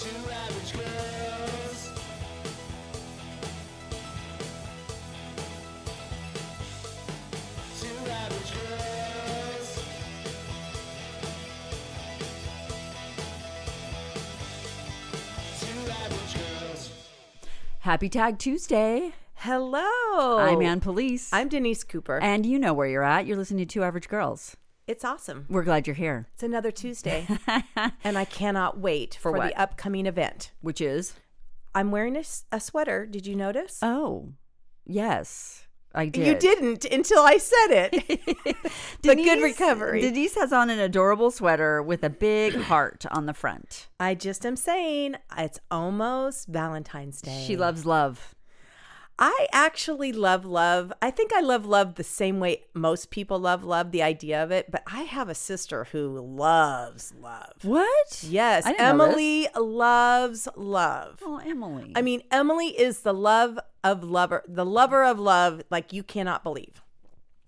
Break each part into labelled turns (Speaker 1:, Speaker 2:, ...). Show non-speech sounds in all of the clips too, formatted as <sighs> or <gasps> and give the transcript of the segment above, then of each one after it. Speaker 1: Two average girls. Two average girls. Two average girls.
Speaker 2: Happy Tag Tuesday.
Speaker 3: Hello.
Speaker 2: Oh, I'm Ann Police.
Speaker 3: I'm Denise Cooper.
Speaker 2: and you know where you're at. You're listening to Two Average Girls.
Speaker 3: it's awesome.
Speaker 2: We're glad you're here, <laughs>
Speaker 3: It's another Tuesday, and I cannot wait
Speaker 2: For
Speaker 3: for,
Speaker 2: what?
Speaker 3: the upcoming event.
Speaker 2: which is
Speaker 3: I'm wearing a, s- a sweater. Did you notice?
Speaker 2: oh, yes, I did.
Speaker 3: You didn't until I said
Speaker 2: <laughs>
Speaker 3: it. but good recovery.
Speaker 2: Denise has on an adorable sweater with a <clears throat> big heart on the front.
Speaker 3: I just am saying it's almost Valentine's Day.
Speaker 2: She loves love.
Speaker 3: I actually love love. I think I love love the same way most people love love, the idea of it. But I have a sister who loves love.
Speaker 2: What?
Speaker 3: Yes,
Speaker 2: I didn't know this.
Speaker 3: Emily loves love.
Speaker 2: Oh, Emily.
Speaker 3: I mean, Emily is the love of lover, the lover of love, like you cannot believe.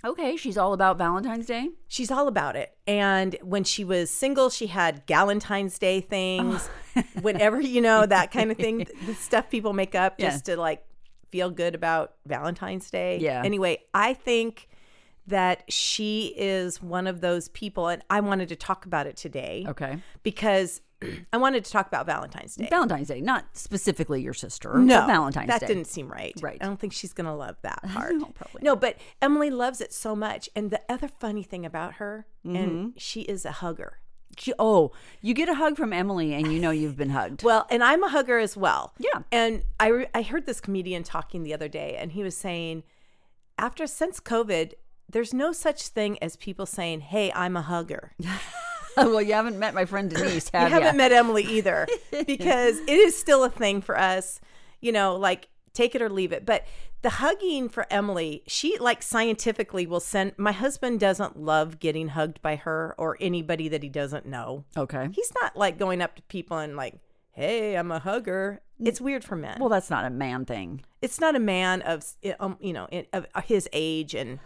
Speaker 2: okay, she's all about Valentine's Day.
Speaker 3: She's all about it. And when she was single, she had Galentine's
Speaker 2: <laughs>
Speaker 3: Day things, whenever, you know, that kind of thing, the stuff people make up
Speaker 2: Yeah.
Speaker 3: just to like feel good about Valentine's Day.
Speaker 2: Yeah.
Speaker 3: Anyway, I think that she is one of those people, and I wanted to talk about it today
Speaker 2: Okay.
Speaker 3: because <clears throat> I wanted to talk about Valentine's Day.
Speaker 2: Valentine's Day, not specifically your sister.
Speaker 3: No,
Speaker 2: but Valentine's
Speaker 3: that
Speaker 2: Day.
Speaker 3: didn't seem right.
Speaker 2: Right.
Speaker 3: I don't think she's gonna love that
Speaker 2: <laughs>
Speaker 3: part. no, but Emily loves it so much. And the other funny thing about her,
Speaker 2: Mm-hmm.
Speaker 3: and she is a hugger.
Speaker 2: She, oh, you get a hug from Emily, and you know you've been hugged.
Speaker 3: Well, and I'm a hugger as well.
Speaker 2: Yeah.
Speaker 3: And I re- I heard this comedian talking the other day, and he was saying, after since COVID, there's no such thing as people saying, "Hey, I'm a hugger."
Speaker 2: <laughs> well, you haven't met my friend Denise, have
Speaker 3: I haven't
Speaker 2: ya?
Speaker 3: met Emily
Speaker 2: <laughs>
Speaker 3: either because it is still a thing for us, you know, like take it or leave it. But the hugging for Emily, she like scientifically will send my husband doesn't love getting hugged by her or anybody that he doesn't know.
Speaker 2: Okay.
Speaker 3: He's not like going up to people and like, "Hey, I'm a hugger." It's weird for men.
Speaker 2: Mm. Well, that's not a man thing.
Speaker 3: It's not a man of um, you know, in- of his age and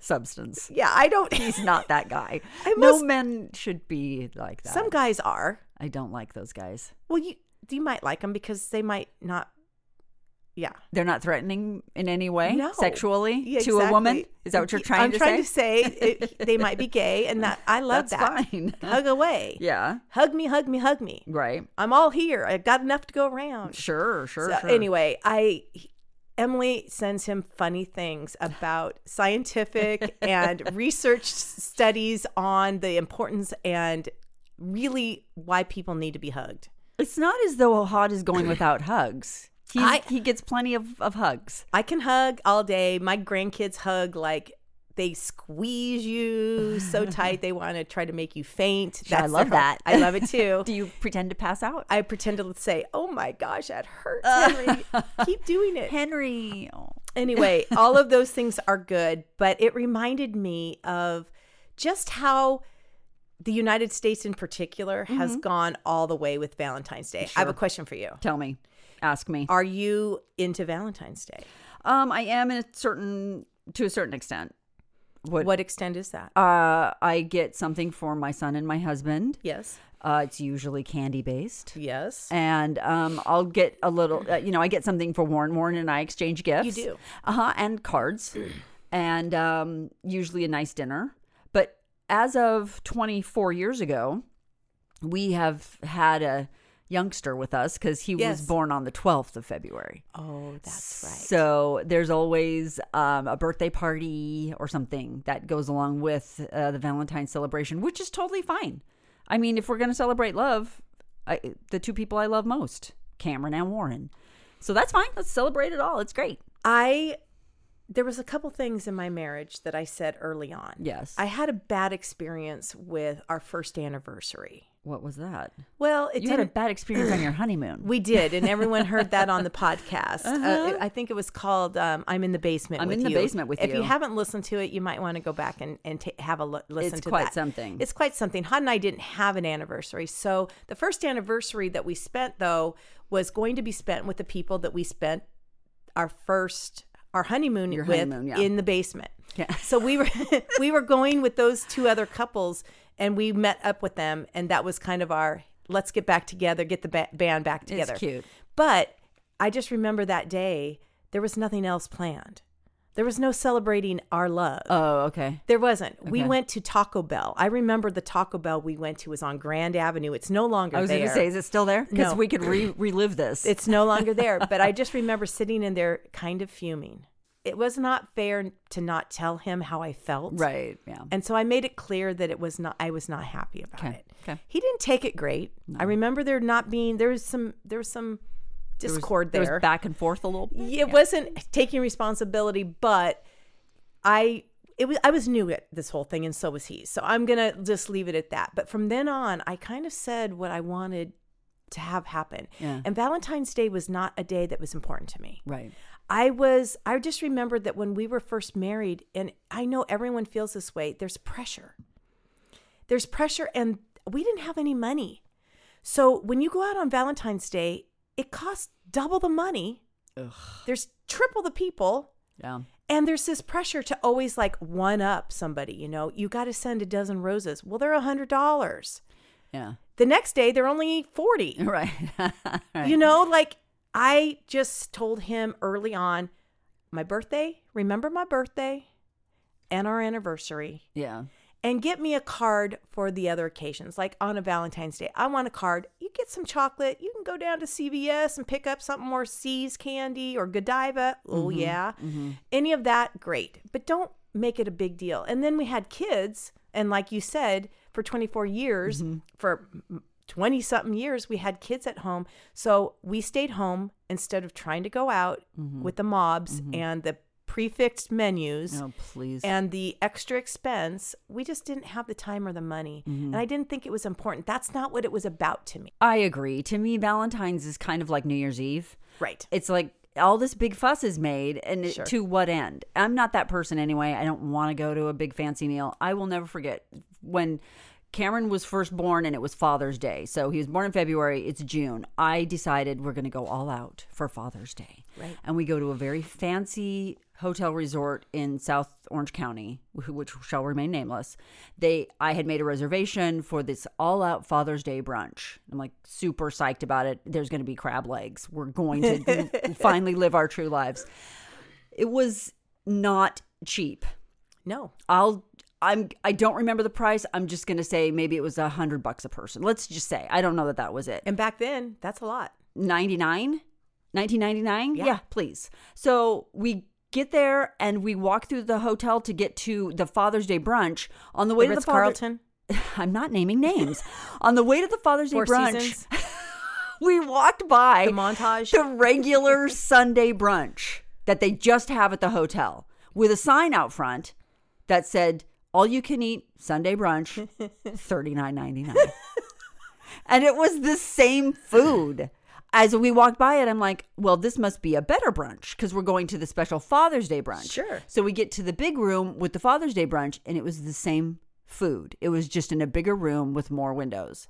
Speaker 2: Substance.
Speaker 3: yeah, I don't
Speaker 2: He's not that <laughs> guy.
Speaker 3: I
Speaker 2: no
Speaker 3: must-
Speaker 2: men should be like that.
Speaker 3: <laughs> Some guys are.
Speaker 2: I don't like those guys.
Speaker 3: Well, you you might like them because they might not yeah.
Speaker 2: They're not threatening in any way,
Speaker 3: No.
Speaker 2: sexually,
Speaker 3: Yeah,
Speaker 2: to a woman.
Speaker 3: exactly.
Speaker 2: Is that what you're trying
Speaker 3: I'm
Speaker 2: to
Speaker 3: trying
Speaker 2: say?
Speaker 3: to say it, they might be gay, and that I love
Speaker 2: That's <laughs>
Speaker 3: that.
Speaker 2: fine.
Speaker 3: Hug away.
Speaker 2: yeah.
Speaker 3: Hug me, hug me, hug me.
Speaker 2: Right.
Speaker 3: I'm all here. I got enough to go around.
Speaker 2: Sure. Sure.
Speaker 3: So
Speaker 2: sure.
Speaker 3: Anyway, I Emily sends him funny things about scientific
Speaker 2: <laughs>
Speaker 3: and research studies on the importance and really why people need to be hugged.
Speaker 2: it's not as though Hod is going without hugs. He's,
Speaker 3: I-
Speaker 2: he gets plenty of, of hugs.
Speaker 3: I can hug all day. My grandkids hug like they squeeze you
Speaker 2: <laughs>
Speaker 3: so tight they want to try to make you faint.
Speaker 2: I
Speaker 3: their-
Speaker 2: love that.
Speaker 3: I love it too.
Speaker 2: <laughs> Do you pretend to pass out?
Speaker 3: I pretend to say, "Oh my gosh, that hurts,
Speaker 2: Uh,
Speaker 3: Henry.
Speaker 2: <laughs>
Speaker 3: Keep doing it."
Speaker 2: Henry. Oh.
Speaker 3: Anyway, all of those things are good, but it reminded me of just how the United States in particular has
Speaker 2: Mm-hmm.
Speaker 3: gone all the way with Valentine's Day. I have a question for you.
Speaker 2: Tell me. Ask me.
Speaker 3: Are you into Valentine's Day?
Speaker 2: Um, I am in a certain to a certain extent. What?
Speaker 3: What extent is that?
Speaker 2: Uh, I get something for my son and my husband.
Speaker 3: Yes.
Speaker 2: Uh, it's usually candy based,
Speaker 3: Yes.
Speaker 2: and um, I'll get a little. Uh, you know, I get something for Warren. Warren and I exchange gifts.
Speaker 3: do.
Speaker 2: Uh huh. And cards, and um, usually a nice dinner. But as of 24 years ago, we have had a youngster with us because he
Speaker 3: Yes.
Speaker 2: was born on the 12th of February.
Speaker 3: Oh, that's right.
Speaker 2: So there's always um, a birthday party or something that goes along with uh, the Valentine's celebration, which is totally fine. I mean, if we're going to celebrate love, I, the two people I love most, Cameron and Warren. So that's fine. Let's celebrate it all. It's great.
Speaker 3: I there was a couple things in my marriage that I said early on.
Speaker 2: Yes.
Speaker 3: I had a bad experience with our first anniversary.
Speaker 2: What was that?
Speaker 3: Well, it
Speaker 2: you
Speaker 3: didn't
Speaker 2: had a bad experience on your <clears throat> honeymoon.
Speaker 3: We did, and everyone heard that on the podcast. uh I think it was called um, "I'm in the basement."
Speaker 2: Uh-huh. I'm
Speaker 3: with
Speaker 2: in the
Speaker 3: you.
Speaker 2: basement with
Speaker 3: if you.
Speaker 2: you.
Speaker 3: haven't listened to it, you might want to go back and and ta- have a look, listen
Speaker 2: It's
Speaker 3: to
Speaker 2: quite
Speaker 3: that.
Speaker 2: something.
Speaker 3: It's quite something. Hod and I didn't have an anniversary, so the first anniversary that we spent though was going to be spent with the people that we spent our first our honeymoon
Speaker 2: Your
Speaker 3: with
Speaker 2: honeymoon, yeah.
Speaker 3: in the basement.
Speaker 2: Yeah.
Speaker 3: So we were <laughs> we were going with those two other couples, and we met up with them, and that was kind of our let's get back together, get the ba- band back together.
Speaker 2: cute.
Speaker 3: But I just remember that day there was nothing else planned. There was no celebrating our love.
Speaker 2: oh, okay.
Speaker 3: There wasn't. We
Speaker 2: Okay.
Speaker 3: went to Taco Bell. I remember the Taco Bell we went to was on Grand Avenue. It's no longer
Speaker 2: I was
Speaker 3: there.
Speaker 2: going to say, <laughs> is it still there? Because
Speaker 3: No.
Speaker 2: we could <clears throat> re- relive this.
Speaker 3: It's no longer there. But I just remember sitting in there kind of fuming. It was not fair to not tell him how I felt.
Speaker 2: right. Yeah.
Speaker 3: And so I made it clear that it was not I was not happy about
Speaker 2: Okay,
Speaker 3: it.
Speaker 2: okay.
Speaker 3: He didn't take it great. I remember there not being there was some there was some discord there.
Speaker 2: There was back and forth a little.
Speaker 3: it wasn't taking responsibility, but I it was I was new at this whole thing and so was he. So I'm gonna just leave it at that. But from then on I kind of said what I wanted to have happen.
Speaker 2: Yeah.
Speaker 3: And Valentine's Day was not a day that was important to me.
Speaker 2: Right.
Speaker 3: I was I just remembered that when we were first married and I know everyone feels this way, there's pressure. There's pressure and we didn't have any money. So when you go out on Valentine's Day, it costs double the money. There's triple the people
Speaker 2: Yeah.
Speaker 3: and there's this pressure to always like one up somebody, you know. You got to send a dozen roses. Well, they're a $100.
Speaker 2: Yeah.
Speaker 3: The next day they're only 40.
Speaker 2: <laughs> Right. <laughs> right.
Speaker 3: You know, like I just told him early on my birthday, remember my birthday and our anniversary,
Speaker 2: Yeah.
Speaker 3: and get me a card for the other occasions, like on a Valentine's Day. I want a card. You get some chocolate. You can go down to CVS and pick up something more C's candy or Godiva. Oh, yeah. Any of that, great. But don't make it a big deal. And then we had kids. And like you said, for 24 years, for 20 something years, we had kids at home. So we stayed home instead of trying to go out with the mobs and the prefixed menus
Speaker 2: Oh, please.
Speaker 3: and the extra expense, we just didn't have the time or the money.
Speaker 2: Mm-hmm.
Speaker 3: And I didn't think it was important. That's not what it was about to me.
Speaker 2: I agree. To me, Valentine's is kind of like New Year's Eve.
Speaker 3: Right.
Speaker 2: It's like all this big fuss is made, and it-
Speaker 3: Sure.
Speaker 2: to what end? I'm not that person anyway. I don't want to go to a big fancy meal. I will never forget when Cameron was first born and it was Father's Day. So he was born in February, it's June. I decided we're going to go all out for Father's Day.
Speaker 3: Right.
Speaker 2: And we go to a very fancy hotel resort in South Orange County, wh- which shall remain nameless. They, I had made a reservation for this all-out Father's Day brunch. I'm like super psyched about it. There's going to be crab legs. We're going to finally live our true lives. It was not cheap.
Speaker 3: No.
Speaker 2: I'll. I'm. I don't remember the price. I'm just gonna say maybe it was a hundred bucks a person. Let's just say I don't know that that was it.
Speaker 3: And back then, that's a lot.
Speaker 2: 99 1999
Speaker 3: Yeah.
Speaker 2: yeah. please so we get there and we walk through the hotel to get to the father's day brunch on the way to
Speaker 3: The
Speaker 2: the
Speaker 3: Ritz
Speaker 2: father-
Speaker 3: Carlton,
Speaker 2: <laughs> i'm not naming names <laughs> on the way to the father's
Speaker 3: Four
Speaker 2: day brunch <laughs>
Speaker 3: Seasons,
Speaker 2: we walked by
Speaker 3: the montage.
Speaker 2: the regular sunday brunch that they just have at the hotel with a sign out front that said all you can eat sunday brunch
Speaker 3: <laughs>
Speaker 2: 39.99 and it was the same food as we walked by it i'm like well this must be a better brunch because we're going to the special father's day brunch
Speaker 3: Sure.
Speaker 2: so we get to the big room with the father's day brunch and it was the same food it was just in a bigger room with more windows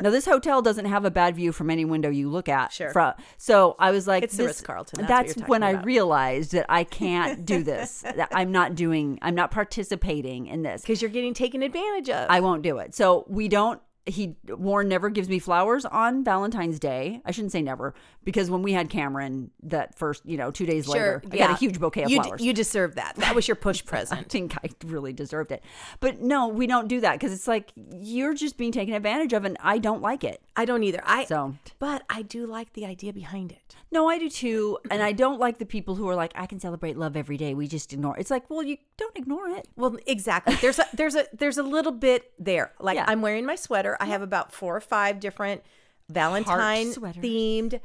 Speaker 2: now this hotel doesn't have a bad view from any window you look at
Speaker 3: Sure.
Speaker 2: fro- so i was like
Speaker 3: It's the
Speaker 2: this-
Speaker 3: Ritz-Carlton, that's
Speaker 2: that's,
Speaker 3: what you're
Speaker 2: when
Speaker 3: talking
Speaker 2: i
Speaker 3: about.
Speaker 2: realized that
Speaker 3: <laughs>
Speaker 2: i can't do this that i'm not doing i'm not participating in this
Speaker 3: Because you're getting taken advantage of.
Speaker 2: I won't do it. So we don't. He Warren never gives me flowers on Valentine's Day. I shouldn't say never because when we had Cameron, that first you know two days later, I got a huge bouquet of
Speaker 3: you d-
Speaker 2: flowers.
Speaker 3: you deserve that. That was your push
Speaker 2: I <laughs>
Speaker 3: present.
Speaker 2: think I really deserved it, but no, we don't do that because it's like you're just being taken advantage of, and I don't like it.
Speaker 3: I don't either. I
Speaker 2: So-
Speaker 3: But I do like the idea behind it.
Speaker 2: No, I do too, and I don't like the people who are like, I can celebrate love every day. We just ignore. It's like, well, you don't ignore it.
Speaker 3: Well, exactly.
Speaker 2: <laughs>
Speaker 3: There's a there's a there's a little bit there. Like
Speaker 2: Yeah.
Speaker 3: I'm wearing my sweater. I have about four or five different Valentine
Speaker 2: sweaters. <laughs>
Speaker 3: themed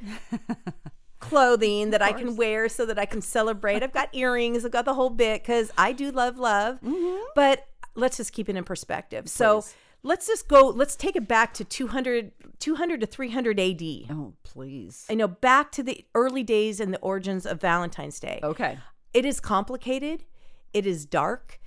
Speaker 3: clothing that I can wear so that I can celebrate. I've
Speaker 2: <laughs>
Speaker 3: got earrings. I've got
Speaker 2: Mm-hmm.
Speaker 3: the whole bit because I do love love. But let's just keep it in perspective. So let's just go, let's take it back to 200, 200 to 300 AD.
Speaker 2: Oh, please.
Speaker 3: You know, back to the early days and the origins of Valentine's Day.
Speaker 2: Okay.
Speaker 3: It is complicated. It
Speaker 2: <laughs>
Speaker 3: is dark.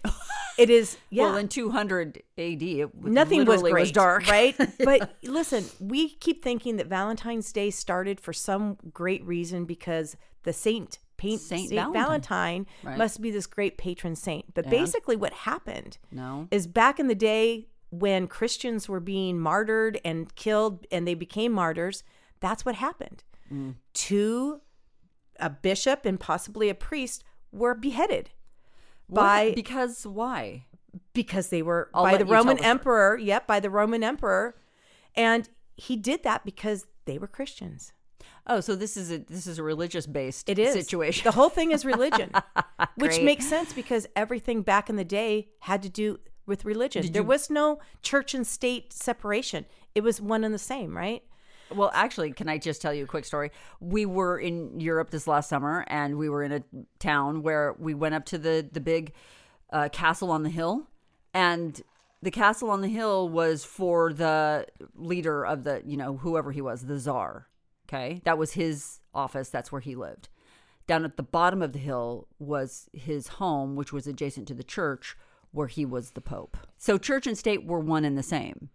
Speaker 3: it is, yeah.
Speaker 2: Well, in 200 AD, it w-
Speaker 3: Nothing was
Speaker 2: literally
Speaker 3: great,
Speaker 2: dark. <laughs>
Speaker 3: right? But listen, we keep thinking that Valentine's Day started for some great reason because the saint, paint,
Speaker 2: Saint
Speaker 3: saint,
Speaker 2: Valentine.
Speaker 3: Valentine,
Speaker 2: Right.
Speaker 3: must be this great patron saint. But basically, what happened
Speaker 2: No.
Speaker 3: is back in the day when Christians were being martyred and killed, and they became martyrs. That's what happened.
Speaker 2: Mm.
Speaker 3: Two, a bishop and possibly a priest were beheaded
Speaker 2: What?
Speaker 3: by
Speaker 2: because why?
Speaker 3: because they were
Speaker 2: I'll
Speaker 3: by
Speaker 2: let
Speaker 3: the
Speaker 2: you tell
Speaker 3: Roman
Speaker 2: the story.
Speaker 3: emperor. Yep, by the Roman emperor, and he did that because they were Christians.
Speaker 2: Oh, so this is a this is a religious based
Speaker 3: It is
Speaker 2: situation.
Speaker 3: The whole thing is <laughs> religion, which
Speaker 2: Great.
Speaker 3: makes sense because everything back in the day had to do with religion. there was no church and state separation. It was one and the same, right?
Speaker 2: Well, actually, can I just tell you a quick story? We were in Europe this last summer, and we were in a town where we went up to the the big uh, castle on the hill, and the castle on the hill was for the leader of the you know whoever he was, the czar. Okay, that was his office. That's where he lived. Down at the bottom of the hill was his home, which was adjacent to the church where he was the pope. So church and state were one and the same.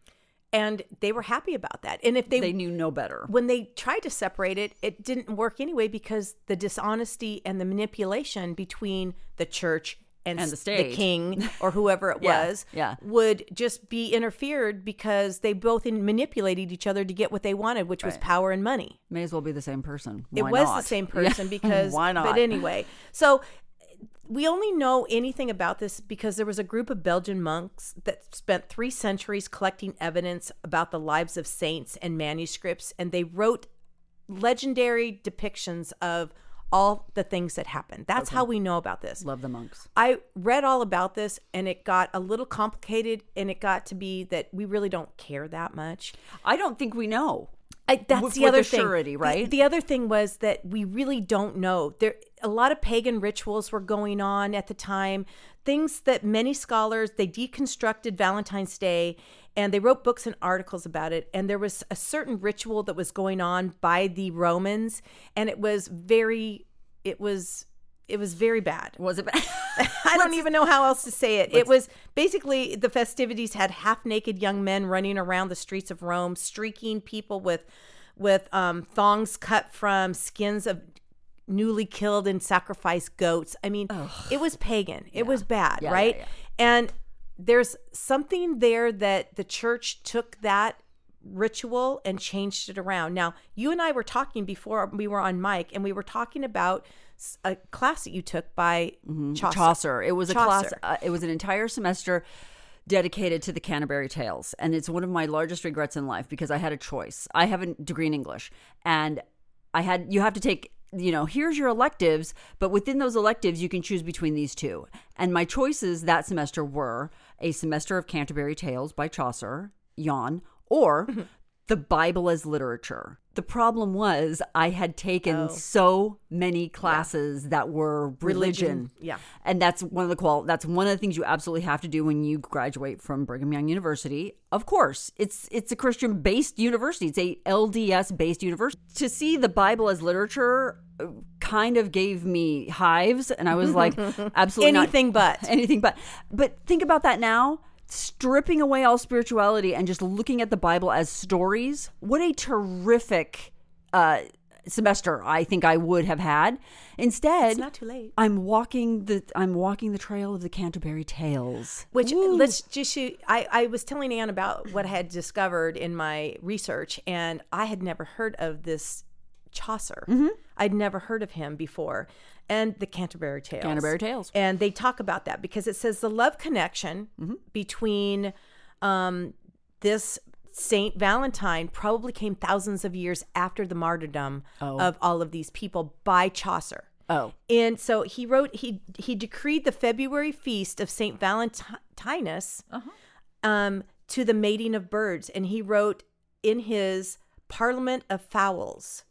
Speaker 3: And they were happy about that. And if
Speaker 2: They knew no better.
Speaker 3: when they tried to separate it, it didn't work anyway because the dishonesty and the manipulation between the church and,
Speaker 2: And the
Speaker 3: s-
Speaker 2: state.
Speaker 3: king or whoever it
Speaker 2: <laughs> Yeah,
Speaker 3: was,
Speaker 2: yeah.
Speaker 3: would just be interfered because they both in- manipulated each other to get what they wanted, which was
Speaker 2: Right.
Speaker 3: power and money.
Speaker 2: May as well be the same person.
Speaker 3: It
Speaker 2: Why
Speaker 3: was the
Speaker 2: not?
Speaker 3: same
Speaker 2: <laughs> Yeah.
Speaker 3: person because
Speaker 2: why not?
Speaker 3: But anyway, so we only know anything about this because there was a group of Belgian monks that spent three centuries collecting evidence about the lives of saints and manuscripts, and they wrote legendary depictions of all the things that happened. That's how we know about this.
Speaker 2: love the monks.
Speaker 3: I read all about this and it got a little complicated and it got to be that we really don't care that much.
Speaker 2: I don't think we know.
Speaker 3: I, that's
Speaker 2: With-
Speaker 3: the
Speaker 2: with
Speaker 3: other
Speaker 2: a surety,
Speaker 3: thing. The-
Speaker 2: right?
Speaker 3: The, other thing was that we really don't know. There, a lot of pagan rituals were going on at the time. Things that many scholars they deconstructed Valentine's Day, and they wrote books and articles about it. And there was a certain ritual that was going on by the Romans, and it was very, it was, it was very bad.
Speaker 2: Was it?
Speaker 3: <laughs> I don't even know how else to say it. It was basically the festivities had half naked young men running around the streets of Rome, streaking people with with um, thongs cut from skins of newly killed and sacrificed goats. I mean, it was pagan. It was bad,
Speaker 2: Yeah, yeah,
Speaker 3: right?
Speaker 2: yeah.
Speaker 3: And there's something there that the church took that ritual and changed it around. Now, you and I were talking before we were on mic, and we were talking about s- a class that you took by Chaucer.
Speaker 2: Mm-hmm. Chaucer. It was a class.
Speaker 3: Chaucer.
Speaker 2: Uh, it was an entire semester dedicated to the Canterbury Tales, and it's one of my largest regrets in life because I had a choice. I have a degree in English, and I had you have to take. You know, here's your electives, but within those electives, you can choose between these two. And my choices that semester were a semester of Canterbury Tales by Chaucer, yawn, or the Bible as literature. The problem was I had taken so many classes that were religion.
Speaker 3: yeah.
Speaker 2: And that's one of the qual that's one of the things you absolutely have to do when you graduate from Brigham Young University. Of course, it's it's a Christian based university. It's a LDS based university. To see the Bible as literature uh, kind of gave me hives and I was
Speaker 3: <laughs>
Speaker 2: like absolutely not-
Speaker 3: Anything but.
Speaker 2: <laughs> anything but but think about that now stripping away all spirituality and just looking at the bible as stories what a terrific uh semester i think i would have had instead
Speaker 3: It's not too late.
Speaker 2: i'm walking the i'm walking the trail of the canterbury tales
Speaker 3: Which
Speaker 2: Woo.
Speaker 3: let's just shoot. I, I was telling Anne about what I had discovered in my research, and I had never heard of this Chaucer.
Speaker 2: Mm-hmm.
Speaker 3: I'd never heard of him before, and the Canterbury Tales.
Speaker 2: Canterbury Tales.
Speaker 3: and they talk about that because it says the love connection
Speaker 2: Mm-hmm.
Speaker 3: between um, this Saint Valentine probably came thousands of years after the martyrdom of all of these people by Chaucer.
Speaker 2: oh
Speaker 3: And so he wrote he he decreed the February feast of Saint Valentinus um, to the mating of birds, and he wrote in his Parliament of Fowls.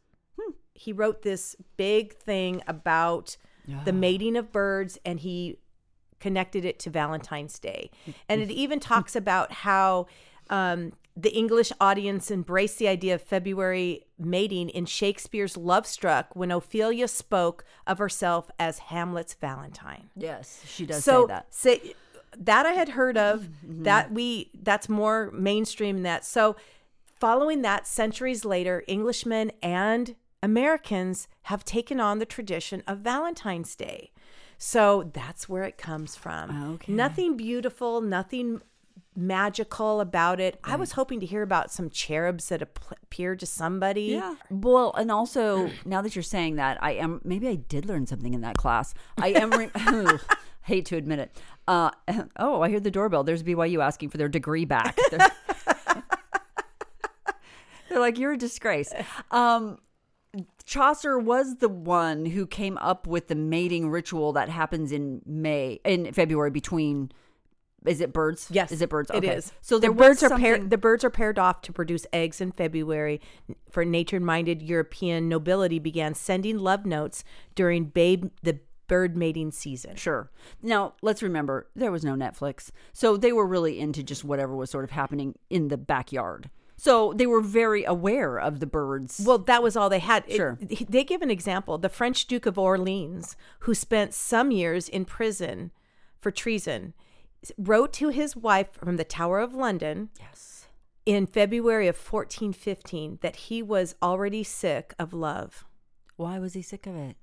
Speaker 3: He wrote this big thing about the mating of birds, and he connected it to Valentine's Day, and it even talks about how. Um, the English audience embraced the idea of February mating in Shakespeare's Love Struck when Ophelia spoke of herself as Hamlet's Valentine.
Speaker 2: Yes, she does
Speaker 3: So
Speaker 2: say that. Mm-hmm.
Speaker 3: say- that I had heard of. That we that's more mainstream than that. So following that, centuries later, Englishmen and Americans have taken on the tradition of Valentine's Day. So that's where it comes from.
Speaker 2: Okay.
Speaker 3: Nothing beautiful, nothing magical about it. I was hoping to hear about some cherubs that ap- appear to somebody.
Speaker 2: Yeah. Well, and also <sighs> now that you're saying that, I am maybe I did learn something in that class. I am re- <laughs> Ugh, hate to admit it. Uh, <laughs> oh, I hear the doorbell. There's BYU asking for their degree back. They're, <laughs> They're like, you're a disgrace. Um, Chaucer was the one who came up with the mating ritual that happens in May in February between. Is it birds?
Speaker 3: Yes,
Speaker 2: Is it birds?
Speaker 3: It
Speaker 2: Okay.
Speaker 3: is.
Speaker 2: So there
Speaker 3: the birds
Speaker 2: was
Speaker 3: are paired.
Speaker 2: something-
Speaker 3: The birds are paired off to produce eggs in February. For nature-minded European nobility began sending love notes during babe the bird mating season.
Speaker 2: Sure. Now, let's remember there was no Netflix. So they were really into just whatever was sort of happening in the backyard. So they were very aware of the birds.
Speaker 3: Well, that was all they had. It-
Speaker 2: Sure.
Speaker 3: they give an example. The French Duke of Orleans, who spent some years in prison for treason, wrote to his wife from the Tower of London
Speaker 2: yes.
Speaker 3: in February of 1415 that he was already sick of love.
Speaker 2: Why was he sick of it?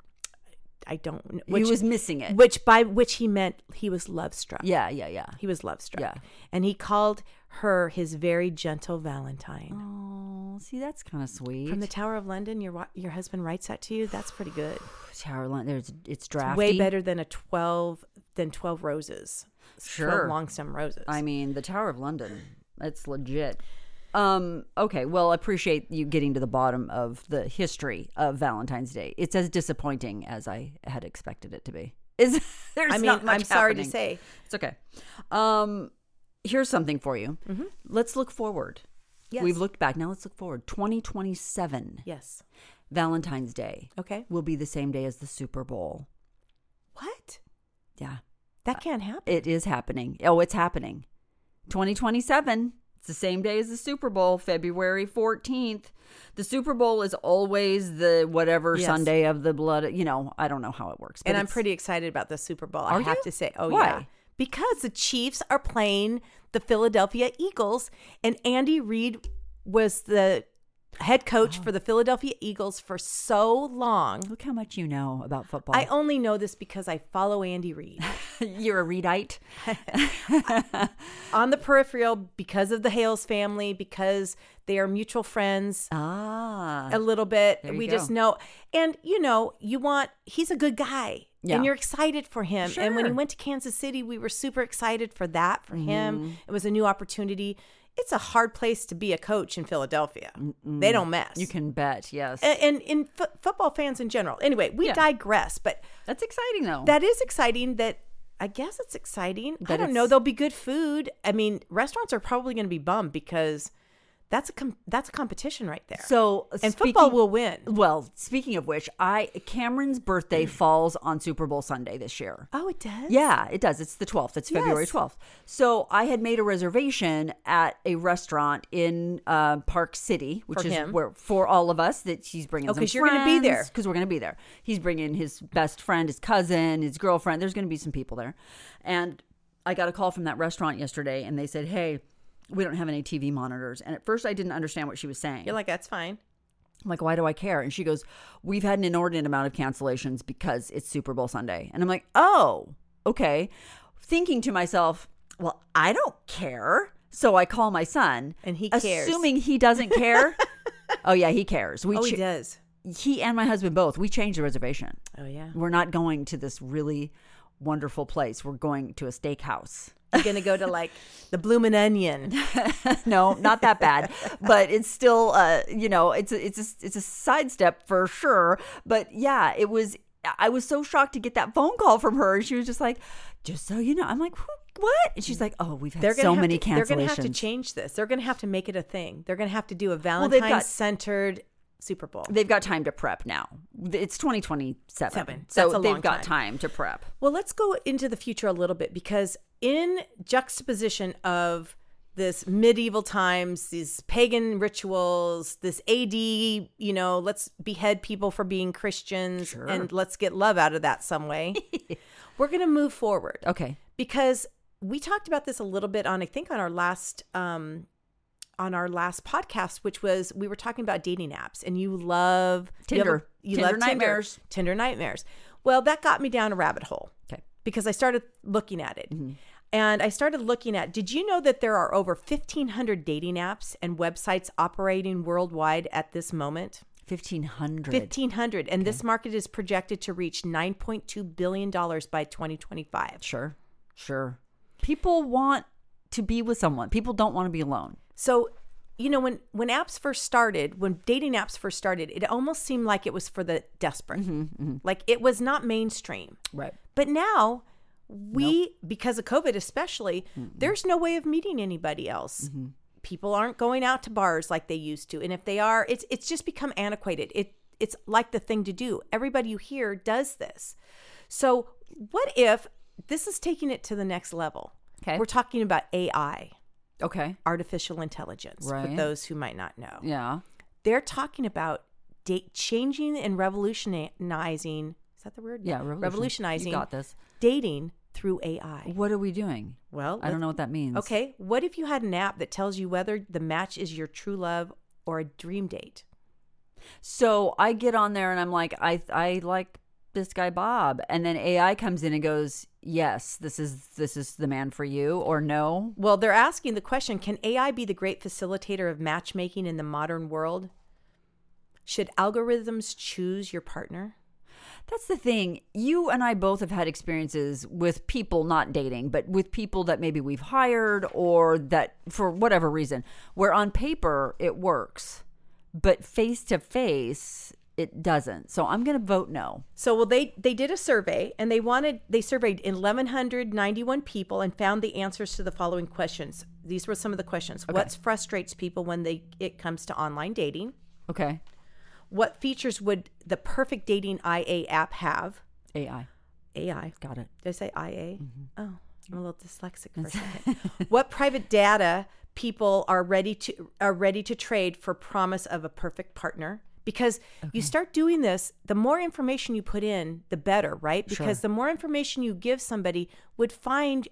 Speaker 3: I don't know.
Speaker 2: he was missing it.
Speaker 3: which by which he meant he was love struck.
Speaker 2: yeah, yeah, yeah.
Speaker 3: He was love struck.
Speaker 2: Yeah.
Speaker 3: And he called her his very gentle Valentine.
Speaker 2: Oh, see, that's kind of sweet.
Speaker 3: From the Tower of London, your wa- your husband writes that to you. That's pretty good.
Speaker 2: Tower line, there's it's
Speaker 3: It's
Speaker 2: drafty.
Speaker 3: way better than a 12 than 12 roses. It's 12
Speaker 2: Sure.
Speaker 3: long stem roses.
Speaker 2: I mean, the Tower of London. It's legit. Um, okay, well, I appreciate you getting to the bottom of the history of Valentine's Day. It's as disappointing as I had expected it to be. Is <laughs> there's
Speaker 3: I mean,
Speaker 2: not much
Speaker 3: I'm sorry to
Speaker 2: happening.
Speaker 3: say.
Speaker 2: It's okay. Um, here's something for you. Let's look forward.
Speaker 3: Mm-hmm. Yes.
Speaker 2: We've looked back. Now let's look forward. 2027,
Speaker 3: Yes.
Speaker 2: Valentine's Day
Speaker 3: Okay.
Speaker 2: will be the same day as the Super Bowl.
Speaker 3: What?
Speaker 2: Yeah,
Speaker 3: That can't happen.
Speaker 2: it is happening. Oh, it's happening. 2027. It's the same day as the Super Bowl, February 14th. The Super Bowl is always the whatever
Speaker 3: Yes.
Speaker 2: Sunday of the blood. You know, I don't know how it works.
Speaker 3: and I'm
Speaker 2: it's-
Speaker 3: pretty excited about the Super Bowl.
Speaker 2: Are
Speaker 3: I have
Speaker 2: you?
Speaker 3: to say, oh yeah.
Speaker 2: Why?
Speaker 3: Because the Chiefs are playing the Philadelphia Eagles and Andy Reid was the head coach for the Philadelphia Eagles for so long.
Speaker 2: Look how much you know about football.
Speaker 3: I only know this because I follow Andy Reid
Speaker 2: <laughs> You're a Reedite.
Speaker 3: on the peripheral because of the Hales family, because they are mutual friends
Speaker 2: Ah.
Speaker 3: a little bit.
Speaker 2: you
Speaker 3: We
Speaker 2: go.
Speaker 3: just know. And, you know, you want, he's a good guy.
Speaker 2: Yeah.
Speaker 3: And you're excited for him. And when he
Speaker 2: Sure.
Speaker 3: went to Kansas City, we were super excited for that, for
Speaker 2: Mm-hmm.
Speaker 3: him. It was a new opportunity. It's a hard place to be a coach in Philadelphia. They don't mess.
Speaker 2: You can bet, yes.
Speaker 3: A- And in fo- football fans in general. Anyway, we
Speaker 2: Yeah.
Speaker 3: digress, but
Speaker 2: That's exciting, though.
Speaker 3: that is exciting that I guess it's exciting. I
Speaker 2: That
Speaker 3: don't know.
Speaker 2: it's-
Speaker 3: There'll be good food. I mean, restaurants are probably going to be bummed because that's a com- that's a competition right there.
Speaker 2: so,
Speaker 3: and
Speaker 2: speaking-
Speaker 3: uh, football will win.
Speaker 2: Well, speaking of which, I Cameron's
Speaker 3: <clears throat>
Speaker 2: birthday falls on Super Bowl Sunday this year.
Speaker 3: Oh, it does.
Speaker 2: Yeah, it does. It's the 12th. It's February
Speaker 3: Yes.
Speaker 2: 12th. So I had made a reservation at a restaurant in uh, Park City, which
Speaker 3: For
Speaker 2: is
Speaker 3: him?
Speaker 2: where for all of us that she's bringing.
Speaker 3: Oh, 'cause you're gonna be there.
Speaker 2: Because we're going to be there. He's bringing his best friend, his cousin, his girlfriend. There's going to be some people there. And I got a call from that restaurant yesterday, and they said, "Hey, we don't have any TV monitors." And at first, I didn't understand what she was saying.
Speaker 3: You're like, that's fine.
Speaker 2: I'm like, why do I care? And she goes, We've had an inordinate amount of cancellations because it's Super Bowl Sunday. And I'm like, Oh, okay. Thinking to myself, Well, I don't care. So I call my son.
Speaker 3: And he cares.
Speaker 2: Assuming he doesn't
Speaker 3: <laughs>
Speaker 2: care. oh, yeah, he cares. We
Speaker 3: Oh, he
Speaker 2: cha-
Speaker 3: does.
Speaker 2: he and my husband both, we changed the reservation.
Speaker 3: Oh, <laughs> yeah.
Speaker 2: We're not going to this really wonderful place. We're going to a steakhouse.
Speaker 3: You're going to go to like the Bloomin'
Speaker 2: <laughs>
Speaker 3: Onion.
Speaker 2: no, not that bad, but it's still, uh, you know, it's a, it's a, it's a sidestep for sure. But yeah, it was. I was so shocked to get that phone call from her. She was just like, "Just so you know," I'm like, "Who- "What?" And she's like, "Oh, we've had
Speaker 3: They're gonna
Speaker 2: so
Speaker 3: have
Speaker 2: many
Speaker 3: to,
Speaker 2: cancellations."
Speaker 3: They're going to have to change this. They're going to have to make it a thing. They're going to have to do a
Speaker 2: they've
Speaker 3: Valentine
Speaker 2: got-
Speaker 3: centered Super Bowl.
Speaker 2: They've got time to prep now. It's 2027,
Speaker 3: Seven.
Speaker 2: so
Speaker 3: That's a
Speaker 2: they've
Speaker 3: long
Speaker 2: got
Speaker 3: time.
Speaker 2: time to prep.
Speaker 3: Well, let's go into the future a little bit because in juxtaposition of this medieval times, these pagan rituals, this AD, you know, let's behead people for being Christians and let's get love out of that
Speaker 2: <laughs>
Speaker 3: some way. We're going to move forward
Speaker 2: Okay.
Speaker 3: because we talked about this a little bit on I think on our last um on our last podcast, which was we were talking about dating apps, and you love you have a-
Speaker 2: Tinder.
Speaker 3: you
Speaker 2: Tinder
Speaker 3: love
Speaker 2: nightmares.
Speaker 3: Tinder, Tinder nightmares. Well, that got me down a rabbit hole
Speaker 2: Okay.
Speaker 3: because I started looking at it.
Speaker 2: Mm-hmm.
Speaker 3: And I started looking at did you know that there are over 1,500 dating apps and websites operating worldwide at this moment?
Speaker 2: 1500.
Speaker 3: 1,500. And this market is projected to reach $9.2 billion by 2025.
Speaker 2: Sure. Sure. People want to be with someone. People don't want to be alone.
Speaker 3: So, you know, when when apps first started, when dating apps first started, it almost seemed like it was for the desperate. Like it was not mainstream.
Speaker 2: Right.
Speaker 3: But now we because of COVID especially, there's no way of meeting anybody else. People aren't going out to bars like they used to. And if they are, it's it's just become antiquated. It it's like the thing to do. Everybody you hear does this. So, what if this is taking it to the next level?
Speaker 2: Okay.
Speaker 3: We're talking about AI
Speaker 2: Okay.
Speaker 3: artificial intelligence for
Speaker 2: Right.
Speaker 3: those who might not know.
Speaker 2: Yeah.
Speaker 3: They're talking about date changing and revolutionizing. Is that the word?
Speaker 2: Yeah. Revolution.
Speaker 3: Revolutionizing
Speaker 2: You got this.
Speaker 3: dating through AI.
Speaker 2: What are we doing?
Speaker 3: Well,
Speaker 2: I don't know what that means.
Speaker 3: let's- Okay, what if you had an app that tells you whether the match is your true love or a dream date?
Speaker 2: So I get on there and I'm like, I I like this guy Bob, and then AI comes in and goes, yes, this is this is the man for you, or no.
Speaker 3: Well, they're asking the question can AI be the great facilitator of matchmaking in the modern world? Should algorithms choose your partner?
Speaker 2: That's the thing. You and I both have had experiences with people not dating, but with people that maybe we've hired or that for whatever reason, where on paper it works, but face to face it doesn't. So I'm going to vote no.
Speaker 3: So well they they did a survey and they wanted they surveyed 1191 people and found the answers to the following questions. These were some of the questions. What frustrates people when they it comes to online dating?
Speaker 2: Okay.
Speaker 3: What features would the perfect dating IA app have?
Speaker 2: AI.
Speaker 3: AI.
Speaker 2: Got it. Mm-hmm.
Speaker 3: Did I say IA? Oh, I'm a little dyslexic for
Speaker 2: <laughs>
Speaker 3: a second. what private data people are ready to are ready to trade for promise of a perfect partner? Because you start doing this, the more information you put in, the better, right? Because the more information you give somebody would find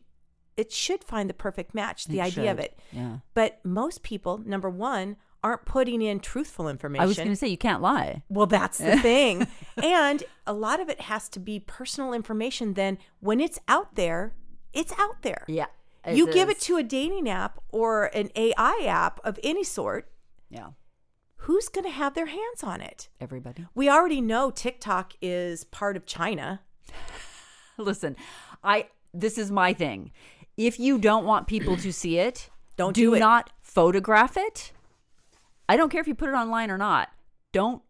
Speaker 3: it should find the perfect match, the
Speaker 2: It
Speaker 3: idea of
Speaker 2: should.
Speaker 3: it.
Speaker 2: Yeah.
Speaker 3: But most people, number one, aren't putting in truthful information.
Speaker 2: I was going to say you can't lie.
Speaker 3: Well, that's the
Speaker 2: <laughs>
Speaker 3: thing. and a lot of it has to be personal information. Then when it's out there, it's out there.
Speaker 2: Yeah.
Speaker 3: you give it to a dating app or an AI app of any sort,
Speaker 2: Yeah.
Speaker 3: who's going to have their hands on it?
Speaker 2: Everybody.
Speaker 3: We already know TikTok is part of China.
Speaker 2: <laughs> Listen, I this is my thing. If you don't want people to see it,
Speaker 3: <clears throat> Don't do it.
Speaker 2: not photograph it. I don't care if you put it online or not. Don't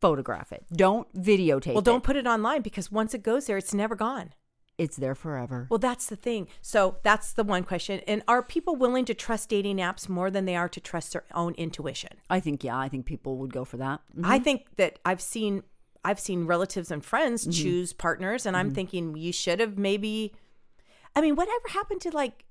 Speaker 2: photograph it. Don't videotape
Speaker 3: Well,
Speaker 2: it.
Speaker 3: don't put it online because once it goes there, it's never gone.
Speaker 2: It's there forever.
Speaker 3: Well, that's the thing. So that's the one question. And are people willing to trust dating apps more than they are to trust their own intuition?
Speaker 2: I think yeah, I think people would go for that.
Speaker 3: I think that I've seen I've seen relatives and friends choose partners, and I'm thinking you should have maybe. I mean, whatever happened to like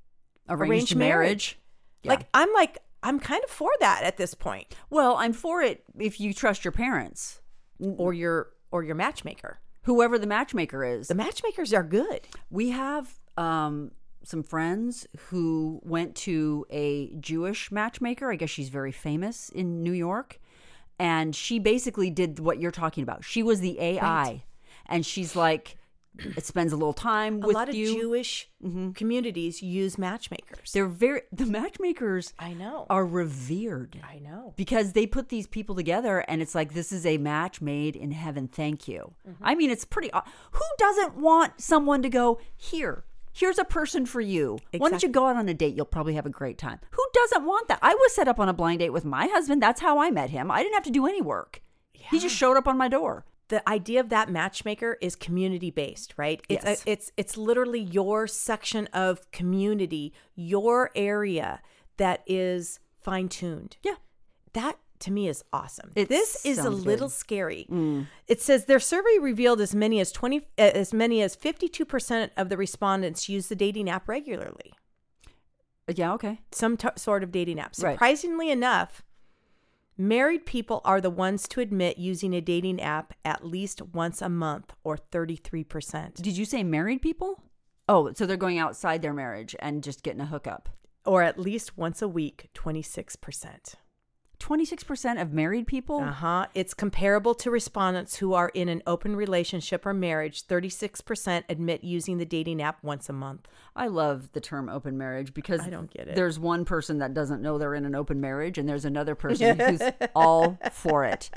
Speaker 2: Arranged,
Speaker 3: Arranged marriage.
Speaker 2: marriage. Yeah.
Speaker 3: like I'm like I'm kind of for that at this point,
Speaker 2: Well, I'm for it if you trust your parents,
Speaker 3: or your or your matchmaker.
Speaker 2: whoever the matchmaker is.
Speaker 3: The matchmakers are good.
Speaker 2: We have um, some friends who went to a Jewish matchmaker. I guess she's very famous in New York. And she basically did what you're talking about. She was the AI. And she's like, it spends a little time
Speaker 3: A
Speaker 2: with
Speaker 3: lot of
Speaker 2: you.
Speaker 3: Jewish communities use matchmakers.
Speaker 2: They're very, the matchmakers
Speaker 3: I know.
Speaker 2: are revered
Speaker 3: I know.
Speaker 2: because they put these people together and it's like, this is a match made in heaven. Thank you. I mean, it's pretty, aw- who doesn't want someone to go, here, here's a person for you? Why don't you
Speaker 3: Exactly.
Speaker 2: go out on a date? You'll probably have a great time. Who doesn't want that? I was set up on a blind date with my husband. That's how I met him. I didn't have to do any work. He just showed up on my door.
Speaker 3: the idea of that matchmaker is community based, right? It's
Speaker 2: Yes.
Speaker 3: it's it's literally your section of community, your area that is fine tuned.
Speaker 2: Yeah.
Speaker 3: That to me is awesome.
Speaker 2: It
Speaker 3: this is a
Speaker 2: sounds
Speaker 3: little
Speaker 2: good.
Speaker 3: scary. It says their survey revealed as many as 20 uh, as many as 52% of the respondents use the dating app regularly.
Speaker 2: Uh, Yeah, okay.
Speaker 3: some t- sort of dating app.
Speaker 2: Right.
Speaker 3: Surprisingly enough, married people are the ones to admit using a dating app at least once a month, or 33%,
Speaker 2: Did you say married people? Oh, so they're going outside their marriage and just getting a hookup.
Speaker 3: or at least once a week, 26%.
Speaker 2: 26% of married people?
Speaker 3: Uh huh. It's comparable to respondents who are in an open relationship or marriage. 36% admit using the dating app once a month.
Speaker 2: I love the term open marriage because
Speaker 3: I don't get it.
Speaker 2: There's one person that doesn't know they're in an open marriage, and there's another person
Speaker 3: <laughs>
Speaker 2: who's all for it.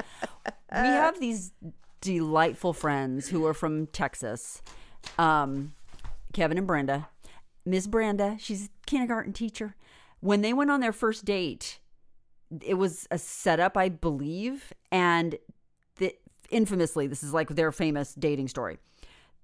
Speaker 2: We have these delightful friends who are from Texas, um, Kevin and Brenda. Miss Brenda, she's a kindergarten teacher. When they went on their first date, it was a setup, I believe, and the, infamously, this is like their famous dating story.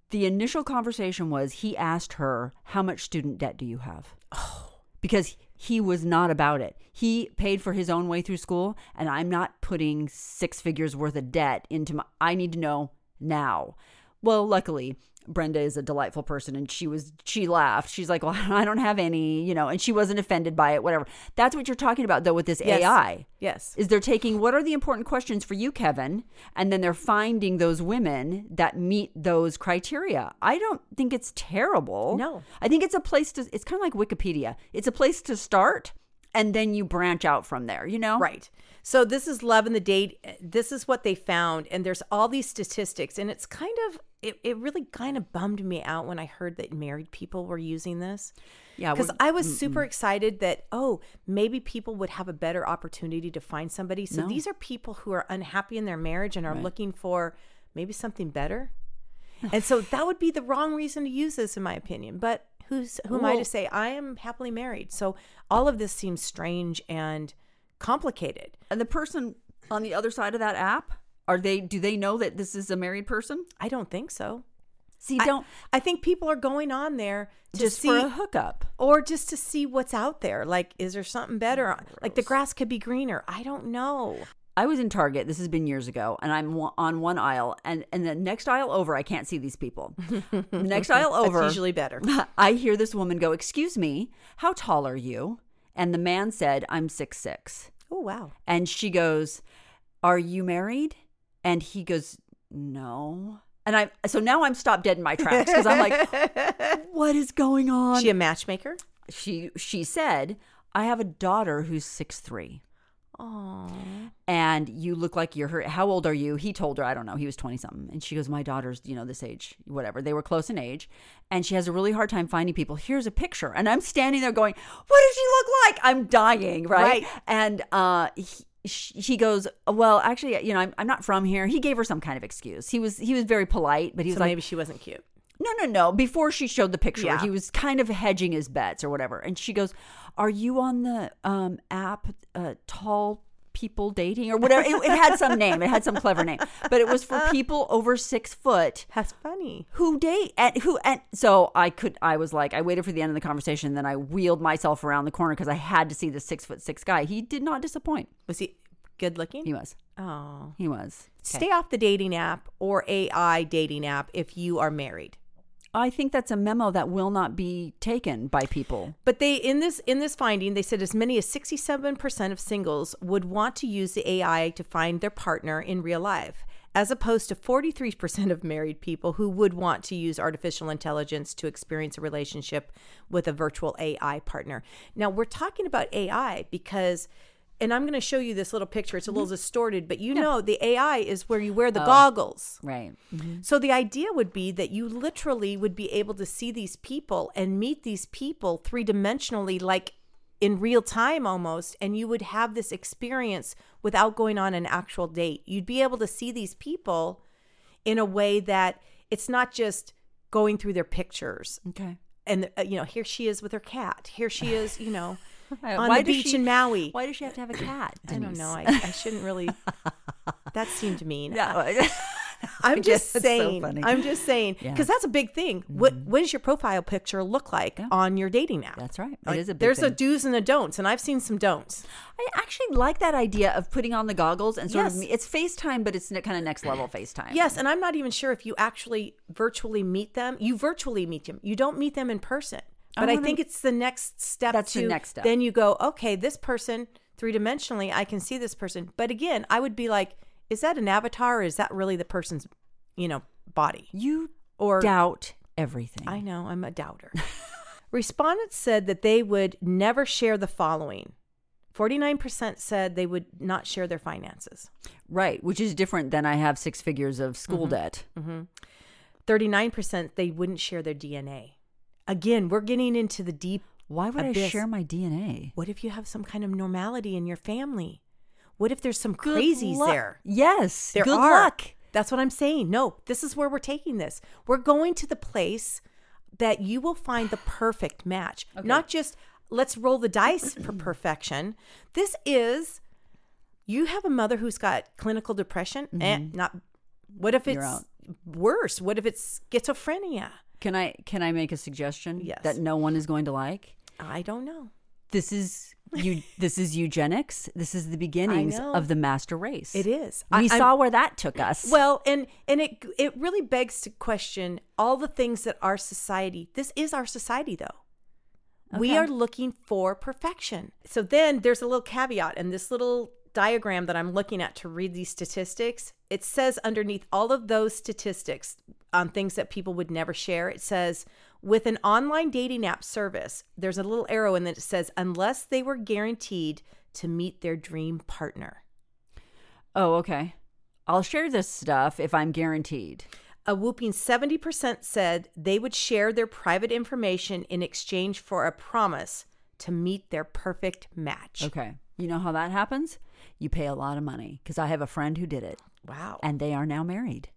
Speaker 2: The initial conversation was he asked her, How much student debt do you have? Oh. Because he was not about it. He paid for his own way through school, and I'm not putting six figures worth of debt into my. I need to know now. Well, luckily, Brenda is a delightful person, and she was, she laughed. She's like, Well, <laughs> I don't have any, you know, and she wasn't offended by it, whatever. That's what you're talking about, though, with this
Speaker 3: Yes.
Speaker 2: AI
Speaker 3: Yes.
Speaker 2: is they're taking what are the important questions for you, Kevin, and then they're finding those women that meet those criteria. I don't think it's terrible.
Speaker 3: No.
Speaker 2: I think it's a place to, it's kind of like Wikipedia. It's a place to start and then you branch out from there, you know?
Speaker 3: Right. So this is love and the date. This is what they found, and there's all these statistics, and it's kind of it, it really kind of bummed me out when I heard that married people were using this
Speaker 2: Yeah.
Speaker 3: because
Speaker 2: we're-
Speaker 3: I was super excited that oh maybe people would have a better opportunity to find somebody. So
Speaker 2: No.
Speaker 3: these are people who are unhappy in their marriage and are looking for maybe something better, and so that would be the wrong reason to use this, in my opinion. But who's who am I
Speaker 2: Well-
Speaker 3: to say? I am happily married, so all of this seems strange and complicated.
Speaker 2: and the person on the other side of that app, are they, do they know that this is a married person?
Speaker 3: I don't think so.
Speaker 2: See,
Speaker 3: I
Speaker 2: don't
Speaker 3: I think people are going on there to
Speaker 2: just
Speaker 3: see
Speaker 2: for a hookup.
Speaker 3: or just to see what's out there. Like, is there something better? Like the grass could be greener. I don't know.
Speaker 2: I was in Target. This has been years ago, and I'm wa- on one aisle, and and the next aisle over, I can't see these <laughs> people. next aisle
Speaker 3: That's
Speaker 2: over,
Speaker 3: usually better.
Speaker 2: <laughs> I hear this woman go, "Excuse me, how tall are you?" And the man said, "I'm six six.
Speaker 3: <laughs> Oh wow.
Speaker 2: And she goes, "Are you married?" And he goes, "No." And I so now I'm stopped dead in my tracks because I'm like, "What is going on?"
Speaker 3: She a matchmaker?
Speaker 2: she she said, "I have a daughter who's six three
Speaker 3: Oh.
Speaker 2: and you look like you're her. How old are you? He told her, I don't know, he was 20 something. And she goes, My daughter's, you know, this age, whatever. They were close in age. And she has a really hard time finding people. Here's a picture. And I'm standing there going, What does she look like? I'm dying, right?
Speaker 3: Right.
Speaker 2: And uh, he, she he goes, Well, actually, you know, I'm, I'm not from here. He gave her some kind of excuse. He was, he was very polite, but he was
Speaker 3: So
Speaker 2: like,
Speaker 3: maybe she wasn't cute.
Speaker 2: no, no, no. Before she showed the picture,
Speaker 3: Yeah.
Speaker 2: he was kind of hedging his bets or whatever. And she goes, "Are you on the um, app uh, Tall People Dating or whatever?" It, it had some name. It had some clever name, but it was for people over six foot
Speaker 3: That's funny.
Speaker 2: who date and who and so I could. I was like, I waited for the end of the conversation, then I wheeled myself around the corner because I had to see the six foot six guy. He did not disappoint.
Speaker 3: Was he good looking?
Speaker 2: He was.
Speaker 3: Oh.
Speaker 2: He was.
Speaker 3: Stay off the dating app or AI dating app if you are married.
Speaker 2: I think that's a memo that will not be taken by people.
Speaker 3: But they in this in this finding, they said as many as 67% of singles would want to use the AI to find their partner in real life, as opposed to 43% of married people who would want to use artificial intelligence to experience a relationship with a virtual AI partner. Now, we're talking about AI because and I'm going to show you this little picture. It's a little distorted, but you know the AI is where you wear the goggles.
Speaker 2: Right.
Speaker 3: So the idea would be that you literally would be able to see these people and meet these people three dimensionally, like in real time almost, and you would have this experience without going on an actual date. You'd be able to see these people in a way that it's not just going through their pictures
Speaker 2: Okay.
Speaker 3: and uh, you know here she is with her cat here she is you know
Speaker 2: Uh,
Speaker 3: on
Speaker 2: why
Speaker 3: the
Speaker 2: does
Speaker 3: beach
Speaker 2: she-
Speaker 3: in maui
Speaker 2: Why does she have to have a cat?
Speaker 3: i don't
Speaker 2: Denise?
Speaker 3: know I, I shouldn't really that seemed mean
Speaker 2: <laughs> Yeah.
Speaker 3: I'm just
Speaker 2: That's so
Speaker 3: saying.
Speaker 2: funny.
Speaker 3: I'm just saying
Speaker 2: Yeah.
Speaker 3: because that's a big thing. What What does your profile picture look like on your dating app?
Speaker 2: <laughs> That's right. It
Speaker 3: Like,
Speaker 2: is a big
Speaker 3: there's a
Speaker 2: thing.
Speaker 3: do's and a don'ts, and I've seen some don'ts.
Speaker 2: I actually like that idea of putting on the goggles and sort of
Speaker 3: Yes.
Speaker 2: me- it's FaceTime, but it's kind of next level FaceTime.
Speaker 3: Yes, and I'm not even sure if you actually virtually meet them. You virtually meet them. You don't meet them in person, But I,
Speaker 2: wanna-
Speaker 3: think it's the next step.
Speaker 2: Oh, That's the
Speaker 3: to-
Speaker 2: next step.
Speaker 3: Then you go, okay, this person three dimensionally, I can see this person. But again, I would be like, is that an avatar? Or is that really the person's, you know, body?
Speaker 2: You
Speaker 3: Or
Speaker 2: doubt everything.
Speaker 3: I know, I'm a doubter. <laughs> Respondents said that they would never share the following. 49% said they would not share their finances.
Speaker 2: right, which is different than I have six figures of school
Speaker 3: Mm-hmm.
Speaker 2: debt.
Speaker 3: 39% they wouldn't share their DNA. Again, we're getting into the deep.
Speaker 2: Why would I
Speaker 3: Abyss.
Speaker 2: share my DNA?
Speaker 3: What if you have some kind of normality in your family? What if there's some
Speaker 2: Good
Speaker 3: crazies
Speaker 2: luck.
Speaker 3: there?
Speaker 2: Yes.
Speaker 3: There
Speaker 2: good
Speaker 3: are.
Speaker 2: luck.
Speaker 3: That's what I'm saying. No, this is where we're taking this. We're going to the place that you will find the perfect match. Not just let's roll the dice for perfection. This is you have a mother who's got clinical depression and not what if
Speaker 2: Mm-hmm. You're
Speaker 3: it's
Speaker 2: out.
Speaker 3: worse? What if it's schizophrenia?
Speaker 2: Can I can I make a suggestion
Speaker 3: Yes.
Speaker 2: that no one is going to like?
Speaker 3: I don't know.
Speaker 2: This is
Speaker 3: <laughs>
Speaker 2: you this is eugenics. This is the beginnings
Speaker 3: know.
Speaker 2: of the master race.
Speaker 3: It is.
Speaker 2: We
Speaker 3: I- I'm-
Speaker 2: saw where that took us.
Speaker 3: Well, and and it it really begs to question all the things that our society. This is our society, though. We
Speaker 2: Okay.
Speaker 3: are looking for perfection. So then there's a little caveat in this little diagram that I'm looking at to read these statistics. It says underneath all of those statistics on things that people would never share, it says with an online dating app service, there's a little arrow and then it says unless they were guaranteed to meet their dream partner.
Speaker 2: oh, okay. I'll share this stuff if I'm guaranteed.
Speaker 3: A whooping 70% said they would share their private information in exchange for a promise to meet their perfect match.
Speaker 2: Okay. You know how that happens? You pay a lot of money because I have a friend who did it
Speaker 3: Wow.
Speaker 2: and they are now married.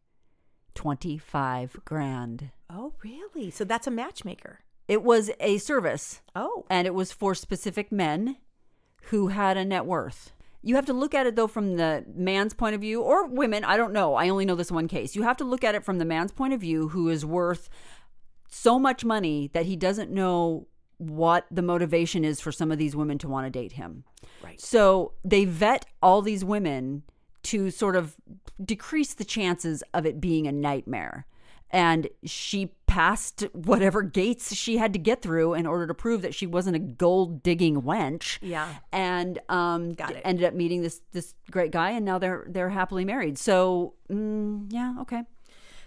Speaker 2: 25 grand.
Speaker 3: oh, really? So that's a matchmaker.
Speaker 2: It was a service
Speaker 3: Oh.
Speaker 2: and it was for specific men who had a net worth. You have to look at it though from the man's point of view or women. I don't know. I only know this one case. You have to look at it from the man's point of view who is worth so much money that he doesn't know what the motivation is for some of these women to want to date him.
Speaker 3: Right.
Speaker 2: So they vet all these women to sort of decrease the chances of it being a nightmare. And she passed whatever gates she had to get through in order to prove that she wasn't a gold digging wench.
Speaker 3: Yeah.
Speaker 2: And um,
Speaker 3: Got it.
Speaker 2: ended up meeting this this great guy, and now they're they're happily married. So mm, yeah, okay.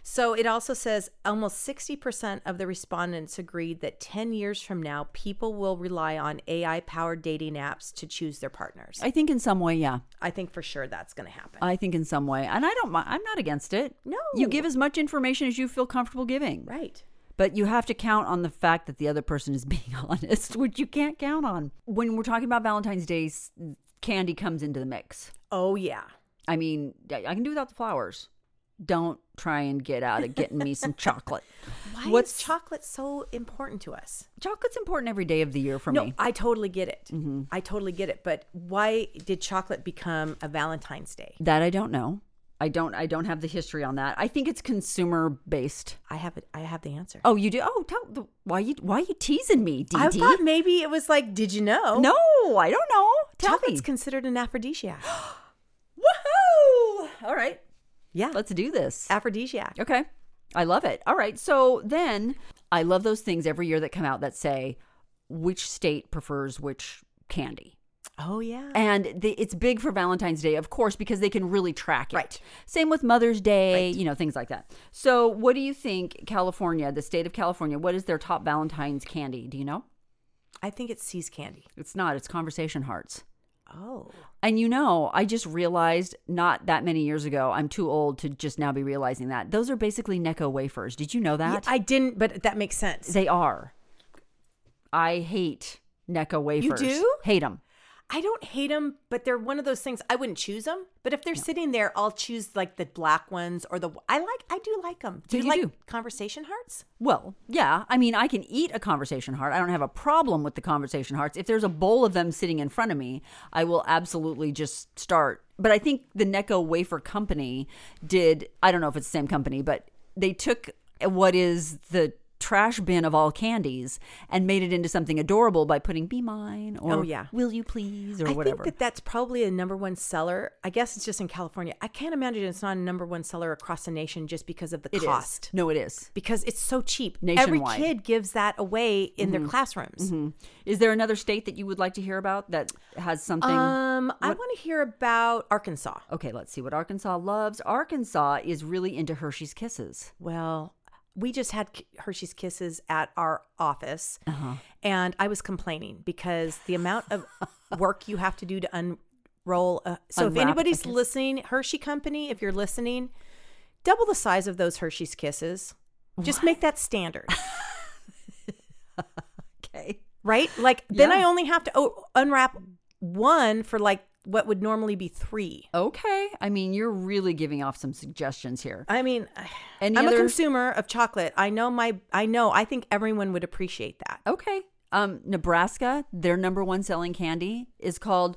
Speaker 3: So it also says almost 60% of the respondents agreed that 10 years from now, people will rely on AI powered dating apps to choose their partners. I,
Speaker 2: I think in some way, yeah.
Speaker 3: think for sure that's going to happen.
Speaker 2: I think in some way, and I don't. mi- I'm not against it.
Speaker 3: No.
Speaker 2: you give as much information as you feel comfortable giving.
Speaker 3: right.
Speaker 2: But you have to count on the fact that the other person is <laughs> being honest, which you can't count on. When we're talking about Valentine's Day, s- candy comes into the mix.
Speaker 3: Oh, yeah.
Speaker 2: I mean, I I can do without the flowers. Don't try and get out of getting me
Speaker 3: <laughs>
Speaker 2: some chocolate.
Speaker 3: Why
Speaker 2: What's-
Speaker 3: is chocolate so important to us?
Speaker 2: Chocolate's important every day of the year for
Speaker 3: no,
Speaker 2: me. Mm-hmm.
Speaker 3: I totally get it. I totally get it. But why did chocolate become a Valentine's Day?
Speaker 2: That I don't know. I don't. I don't have the history on that. I think it's consumer based.
Speaker 3: I have it. I have the answer.
Speaker 2: Oh, you do. Oh, tell the, why you why you teasing me, Dee
Speaker 3: I
Speaker 2: Dee?
Speaker 3: thought maybe it was like, did you know?
Speaker 2: No, I don't know. Tell
Speaker 3: chocolate's
Speaker 2: me.
Speaker 3: considered
Speaker 2: <gasps>
Speaker 3: an aphrodisiac.
Speaker 2: Woohoo! All right,
Speaker 3: yeah,
Speaker 2: let's do this.
Speaker 3: aphrodisiac.
Speaker 2: Okay. I love it. All right. So then I love those things every year that come out that say which state prefers which candy.
Speaker 3: Oh yeah,
Speaker 2: And the, it's big for Valentine's Day, of course, because they can really track it.
Speaker 3: Right.
Speaker 2: Same with Mother's Day, you know, things like that. So, what do you think, California, the state of California, what is their top Valentine's candy? Do you know?
Speaker 3: I think it's sees candy.
Speaker 2: It's not, it's Conversation Hearts.
Speaker 3: Oh,
Speaker 2: And you know, I just realized not that many years ago, I'm too old to just now be realizing that. Those are basically Necco wafers. Did you know that?
Speaker 3: I didn't, but that makes sense.
Speaker 2: They are. I hate Necco wafers.
Speaker 3: do?
Speaker 2: Hate them.
Speaker 3: I don't hate them, but they're one of those things I wouldn't choose them. But if they're sitting there, I'll choose like the black ones or the I like. I do like them. Do
Speaker 2: Yeah, you
Speaker 3: you, like
Speaker 2: do.
Speaker 3: conversation hearts?
Speaker 2: Well, yeah. I mean, I can eat a conversation heart. I don't have a problem with the conversation hearts. If there's a bowl of them sitting in front of me, I will absolutely just start. But I think the Necco wafer company did, I don't know if it's the same company, but they took what is the trash bin of all candies and made it into something adorable by putting "Be mine" or
Speaker 3: Oh, yeah.
Speaker 2: "Will you please" or
Speaker 3: I
Speaker 2: whatever.
Speaker 3: think that that's probably a number one seller. I guess it's just in California. I can't imagine it's not a number one seller across the nation just because of the
Speaker 2: It is.
Speaker 3: cost.
Speaker 2: No, it is.
Speaker 3: Because it's so cheap.
Speaker 2: Nationwide. Mm-hmm.
Speaker 3: Every kid gives that away in their classrooms.
Speaker 2: Is there another state that you would like to hear about that has something?
Speaker 3: Um, I want to hear about Arkansas.
Speaker 2: okay, let's see what Arkansas loves. Arkansas is really into Hershey's Kisses. <laughs>
Speaker 3: Well, we just had K- Hershey's Kisses at our office,
Speaker 2: Uh-huh.
Speaker 3: and I was complaining because the amount
Speaker 2: <laughs>
Speaker 3: of work you have to do to unroll. A, so, if
Speaker 2: Unwrap a
Speaker 3: anybody's
Speaker 2: kiss.
Speaker 3: listening, Hershey Company, if you're listening, double the size of those Hershey's Kisses. Just make that standard,
Speaker 2: <laughs> Okay.
Speaker 3: right? Like then I
Speaker 2: Yeah.
Speaker 3: only have to o- unwrap one for like what would normally be three.
Speaker 2: Okay. I mean, you're really giving off some suggestions here.
Speaker 3: I mean,
Speaker 2: Any
Speaker 3: I'm
Speaker 2: other-
Speaker 3: a consumer of chocolate. I know my. I know. I think everyone would appreciate that.
Speaker 2: Okay. Um, Nebraska, their number one selling candy is called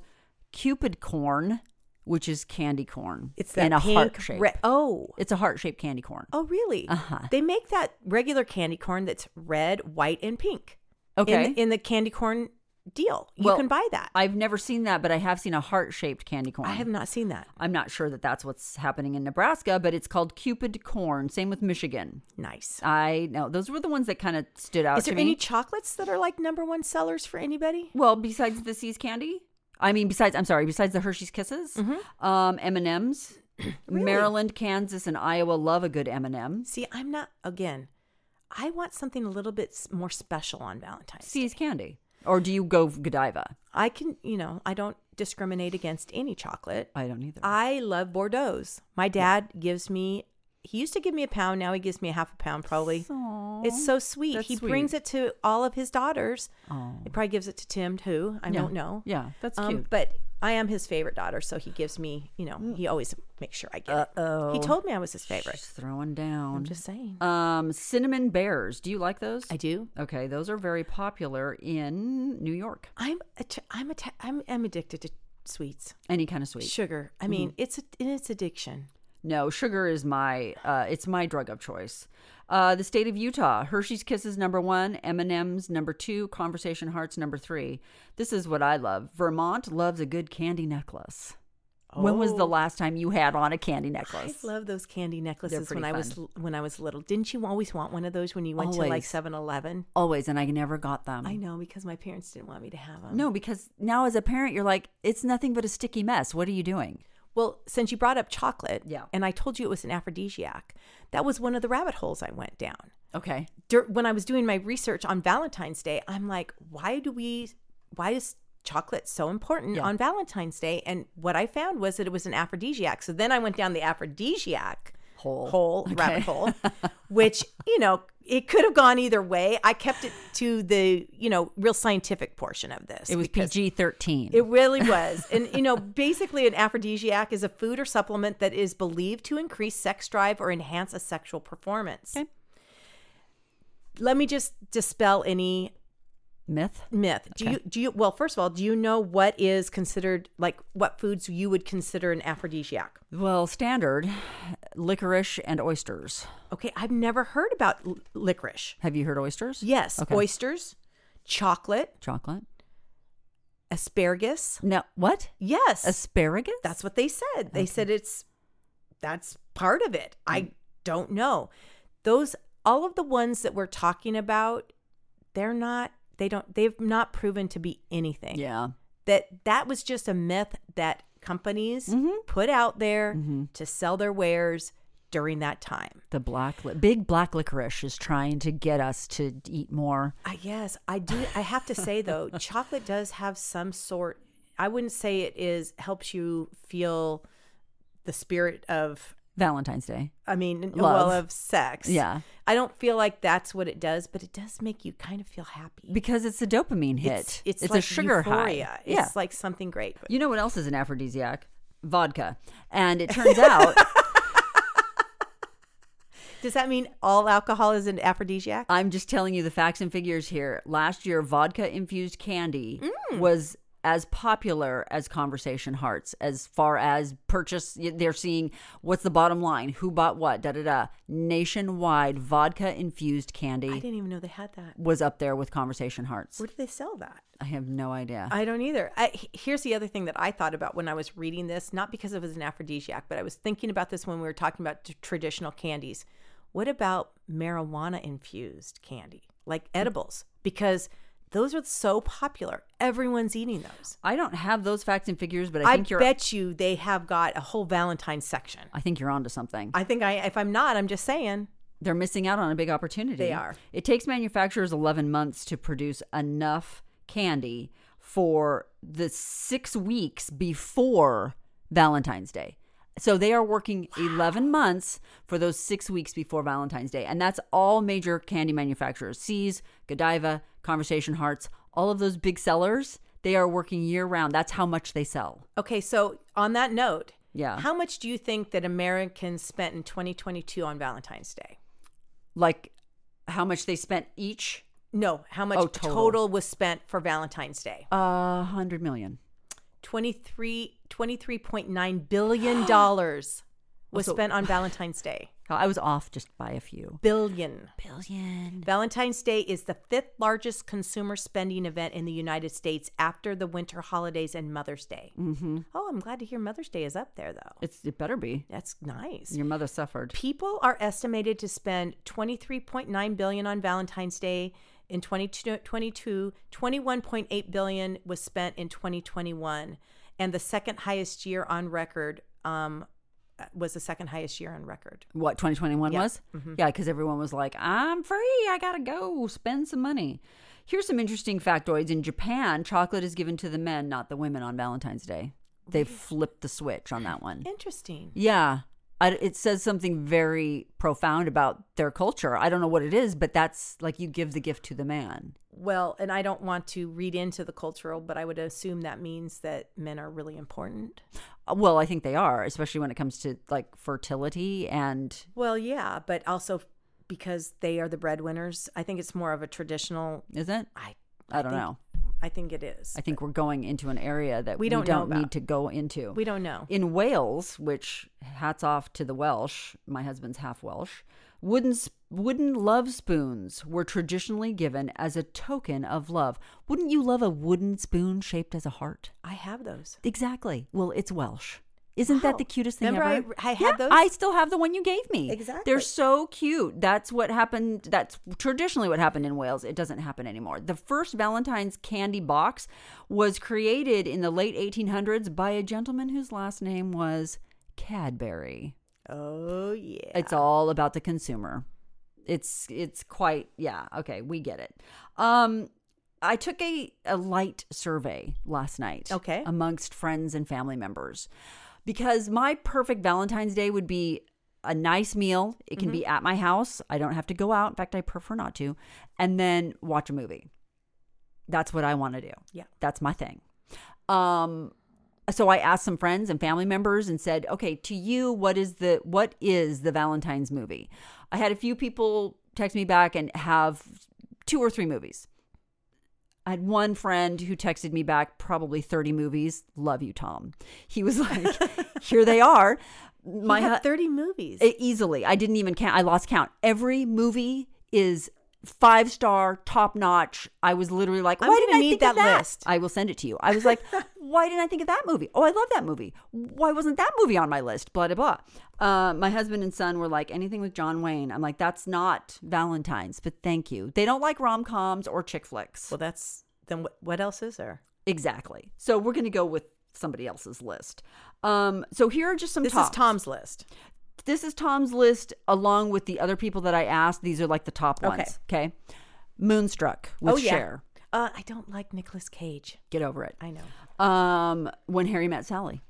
Speaker 2: Cupid corn, which is candy corn.
Speaker 3: It's that
Speaker 2: in a
Speaker 3: pink
Speaker 2: heart shape.
Speaker 3: re- oh,
Speaker 2: It's a heart shaped candy corn.
Speaker 3: oh, really?
Speaker 2: Uh-huh.
Speaker 3: They make that regular candy corn that's red, white, and pink.
Speaker 2: Okay.
Speaker 3: In, in the candy corn deal, you
Speaker 2: Well,
Speaker 3: can buy that. I,
Speaker 2: I've never seen that, but I have seen a heart shaped candy corn.
Speaker 3: have not seen that.
Speaker 2: I'm not sure that that's what's happening in Nebraska, but it's called Cupid corn. Same with Michigan.
Speaker 3: Nice.
Speaker 2: I know those were the ones that kind of stood out
Speaker 3: Is there
Speaker 2: to me.
Speaker 3: any chocolates that are like number one sellers for anybody?
Speaker 2: Well, besides the See's candy, I mean, besides I'm sorry, besides the Hershey's Kisses,
Speaker 3: Mm-hmm.
Speaker 2: um, M and
Speaker 3: <clears throat>
Speaker 2: M's, Maryland, Kansas, and Iowa love a good M and M.
Speaker 3: See, I'm not. Again, I want something a little bit s- more special on Valentine's. Day.
Speaker 2: See's candy, or do you go Godiva?
Speaker 3: I can. You know, I don't discriminate against any chocolate.
Speaker 2: I don't either.
Speaker 3: I love Bordeaux's. My dad gives me. He used to give me a pound. Now he gives me a half a pound, probably. It's so sweet.
Speaker 2: that's
Speaker 3: He
Speaker 2: sweet.
Speaker 3: brings it to all of his daughters. He probably gives it to Tim too. I
Speaker 2: Yeah.
Speaker 3: don't know.
Speaker 2: Yeah, that's
Speaker 3: Um,
Speaker 2: cute.
Speaker 3: But I am his favorite daughter, so he gives me. You know, he always makes sure I get. it.
Speaker 2: oh,
Speaker 3: He told me I was his favorite.
Speaker 2: She's throwing down.
Speaker 3: I'm just saying.
Speaker 2: um, cinnamon bears. Do you like those?
Speaker 3: I do.
Speaker 2: okay, those are very popular in New York.
Speaker 3: I'm. att- I'm. atta- I'm. I'm addicted to sweets,
Speaker 2: Any kind of sweet.
Speaker 3: sugar.
Speaker 2: Mm-hmm.
Speaker 3: I mean, it's a, it's addiction.
Speaker 2: No, sugar is my uh, it's my drug of choice. Uh, the state of Utah, Hershey's Kisses number one, M and M's number two, Conversation Hearts number three. This is what I love. Vermont loves a good candy necklace. When was the
Speaker 3: Oh.
Speaker 2: last time you had on a candy
Speaker 3: I
Speaker 2: necklace?
Speaker 3: love those candy necklaces
Speaker 2: pretty
Speaker 3: when I was
Speaker 2: fun.
Speaker 3: l- when I was little. Didn't you always want one of those when you went to like
Speaker 2: Always. Um,
Speaker 3: 7-Eleven?
Speaker 2: Always, and I never got them.
Speaker 3: I know because my parents didn't want me to have them.
Speaker 2: No, because now as a parent, you're like, it's nothing but a sticky mess. What are you doing?
Speaker 3: Well, since you brought up chocolate,
Speaker 2: Yeah.
Speaker 3: and I told you it was an aphrodisiac, that was one of the rabbit holes I went down.
Speaker 2: Okay.
Speaker 3: Dur- when I was doing my research on Valentine's Day, I'm like, why do we? Why is chocolate so important
Speaker 2: Yeah.
Speaker 3: on Valentine's Day? And what I found was that it was an aphrodisiac. So then I went down the aphrodisiac
Speaker 2: Hole.
Speaker 3: hole
Speaker 2: Okay.
Speaker 3: rabbit hole,
Speaker 2: <laughs>
Speaker 3: which you know it could have gone either way. I kept it to the you know real scientific portion of this.
Speaker 2: It was
Speaker 3: because-
Speaker 2: PG thirteen.
Speaker 3: It really was. And, you know, basically, an aphrodisiac is a food or supplement that is believed to increase sex drive or enhance a sexual performance.
Speaker 2: Okay.
Speaker 3: Let me just dispel any
Speaker 2: Myth.
Speaker 3: myth. Do you, do you, well, first of all, do you know what is considered, like, what foods you would consider an aphrodisiac?
Speaker 2: Well, standard licorice and oysters.
Speaker 3: Okay. I've never heard about l- licorice.
Speaker 2: Have you heard oysters?
Speaker 3: Yes.
Speaker 2: Okay.
Speaker 3: Oysters, chocolate,
Speaker 2: Chocolate.
Speaker 3: asparagus.
Speaker 2: No, what?
Speaker 3: Yes.
Speaker 2: Asparagus?
Speaker 3: That's what they said. They said it's that's part of it. I don't know. Those all of the ones that we're talking about, they're not they don't they've not proven to be anything.
Speaker 2: yeah.
Speaker 3: That that was just a myth that companies put out there to sell their wares during that time.
Speaker 2: The black li- big black licorice is trying to get us to eat more.
Speaker 3: I guess I do. I have to say <laughs> though, chocolate does have some sort. I wouldn't say it is helps you feel the spirit of
Speaker 2: Valentine's Day.
Speaker 3: I mean, n- well,
Speaker 2: Love.
Speaker 3: of sex.
Speaker 2: Yeah.
Speaker 3: I don't feel like that's what it does, but it does make you kind of feel happy.
Speaker 2: Because it's a dopamine hit.
Speaker 3: It's, it's,
Speaker 2: a
Speaker 3: like
Speaker 2: sugar
Speaker 3: euphoria.
Speaker 2: high.
Speaker 3: It's
Speaker 2: yeah.
Speaker 3: like something great.
Speaker 2: you know what else is an aphrodisiac? Vodka. And
Speaker 3: <laughs>
Speaker 2: it turns out
Speaker 3: Does that mean all alcohol is an aphrodisiac? Mm.
Speaker 2: I'm just telling you the facts and figures here. Last year, vodka infused candy was as popular as conversation hearts as far as purchase y- they're seeing what's the bottom line who bought what da da da nationwide vodka infused
Speaker 3: I
Speaker 2: candy
Speaker 3: didn't even know they had that.
Speaker 2: was up there with conversation hearts
Speaker 3: Where do they sell that?
Speaker 2: i have no idea
Speaker 3: I don't either. I, he- here's the other thing that I thought about when I was reading this, not because it was an aphrodisiac, but I was thinking about this when we were talking about t- traditional candies. What about marijuana infused candy, like
Speaker 2: Mm.
Speaker 3: edibles? Because those are so popular. Everyone's eating those.
Speaker 2: i don't have those facts and figures but i
Speaker 3: I,
Speaker 2: think you're
Speaker 3: bet you they have got a whole Valentine's section.
Speaker 2: i think you're onto something
Speaker 3: I think I, if I'm not, I'm just saying.
Speaker 2: they're missing out on a big opportunity.
Speaker 3: They are.
Speaker 2: It takes manufacturers 11 months to produce enough candy for the six weeks before Valentine's Day. So they are working 11 months for those six weeks before Valentine's Day. And that's all major candy manufacturers Seas, Godiva, Conversation Hearts, all of those big sellers. They are working year round. That's how much they sell.
Speaker 3: Okay, so on that note,
Speaker 2: Yeah.
Speaker 3: how much do you think that Americans spent in 2022 on Valentine's Day?
Speaker 2: Like how much they spent each?
Speaker 3: No, how much
Speaker 2: Oh, total.
Speaker 3: total. was spent for Valentine's Day?
Speaker 2: A uh, hundred million.
Speaker 3: 23
Speaker 2: <gasps>
Speaker 3: $23.9 billion dollars was
Speaker 2: So-
Speaker 3: spent on
Speaker 2: <gasps>
Speaker 3: Valentine's Day.
Speaker 2: I was off just by a few.
Speaker 3: Billion.
Speaker 2: Billion.
Speaker 3: Valentine's Day is the fifth largest consumer spending event in the United States after the winter holidays and Mother's Day. Mm-hmm. Oh, I'm glad to hear Mother's Day is up there, though.
Speaker 2: It's it better be.
Speaker 3: That's nice.
Speaker 2: Your mother suffered.
Speaker 3: People are estimated to spend 23.9 billion on Valentine's Day in 2022, 21.8 billion was spent in 2021, and the second highest year on record um, was the second highest year on record.
Speaker 2: What 2021
Speaker 3: Yeah.
Speaker 2: was? Yeah, because everyone was like, "I'm free. I gotta go spend some money." Here's some interesting factoids. In Japan, chocolate is given to the men, not the women, on Valentine's Day. They flipped the switch on that one.
Speaker 3: Interesting.
Speaker 2: Yeah, I, it says something very profound about their culture. I don't know what it is, but that's like you give the gift to the man.
Speaker 3: Well, and I don't want to read into the cultural, but I would assume that means that men are really important.
Speaker 2: Uh, Well, I think they are, especially when it comes to like fertility and
Speaker 3: Well, yeah, but also because they are the breadwinners, I think it's more of a traditional.
Speaker 2: is it?
Speaker 3: I
Speaker 2: I, don't
Speaker 3: think-
Speaker 2: know.
Speaker 3: I think it is.
Speaker 2: I think we're going into an area that we
Speaker 3: We
Speaker 2: don't,
Speaker 3: don't know about.
Speaker 2: need to go into.
Speaker 3: we don't know.
Speaker 2: in Wales, which hats off to the Welsh, my husband's half Welsh, wooden s- wooden love spoons were traditionally given as a token of love. Wouldn't you love a wooden spoon shaped as a heart?
Speaker 3: I have those.
Speaker 2: Exactly. Well, it's Welsh. Isn't that
Speaker 3: Wow.
Speaker 2: the cutest thing
Speaker 3: Remember
Speaker 2: ever?
Speaker 3: I- I
Speaker 2: yeah,
Speaker 3: had those?
Speaker 2: I still have the one you gave me.
Speaker 3: Exactly.
Speaker 2: They're so cute. That's what happened. That's traditionally what happened in Wales. It doesn't happen anymore. The first Valentine's candy box was created in the late 1800s by a gentleman whose last name was Cadbury.
Speaker 3: Oh yeah.
Speaker 2: It's all about the consumer. It's it's quite yeah, okay, we get it. Um I took a, a light survey last night.
Speaker 3: Okay.
Speaker 2: Amongst friends and family members. Because my perfect Valentine's Day would be a nice meal. It can
Speaker 3: Mm-hmm.
Speaker 2: be at my house. I don't have to go out. In fact, I prefer not to. And then watch a movie. That's what I want to do.
Speaker 3: Yeah.
Speaker 2: That's my thing. Um so I asked some friends and family members and said, "Okay, to you, what is the what is the Valentine's movie?" I had a few people text me back and have two or three movies. I had one friend who texted me back probably 30 movies. Love you, Tom. He was like, <laughs> "Here they are." My
Speaker 3: My had
Speaker 2: hu-
Speaker 3: 30 movies.
Speaker 2: E- easily. I didn't even count. I lost count. Every movie is five star, top notch. I was literally like,
Speaker 3: I'm
Speaker 2: why didn't
Speaker 3: gonna
Speaker 2: I
Speaker 3: need
Speaker 2: think of
Speaker 3: that
Speaker 2: that?
Speaker 3: list.
Speaker 2: I will send it to you. I was <laughs> like, why didn't I think of that movie? Oh, I love that movie. Why wasn't that movie on my list? Blah blah blah. Uh, my husband and son were like, anything with John Wayne. I'm like, that's not Valentine's, but thank you. They don't like rom coms or chick flicks.
Speaker 3: well, that's then what, what else is there?
Speaker 2: exactly. So we're gonna go with somebody else's list. Um, so here are just some
Speaker 3: This
Speaker 2: tops
Speaker 3: is Tom's list.
Speaker 2: this is Tom's list along with the other people that I asked. These are like the top
Speaker 3: Okay.
Speaker 2: ones. Okay. Moonstruck with
Speaker 3: oh yeah.
Speaker 2: Cher.
Speaker 3: Uh, I don't like Nicolas Cage.
Speaker 2: Get over it.
Speaker 3: I know.
Speaker 2: Um, when Harry met Sally.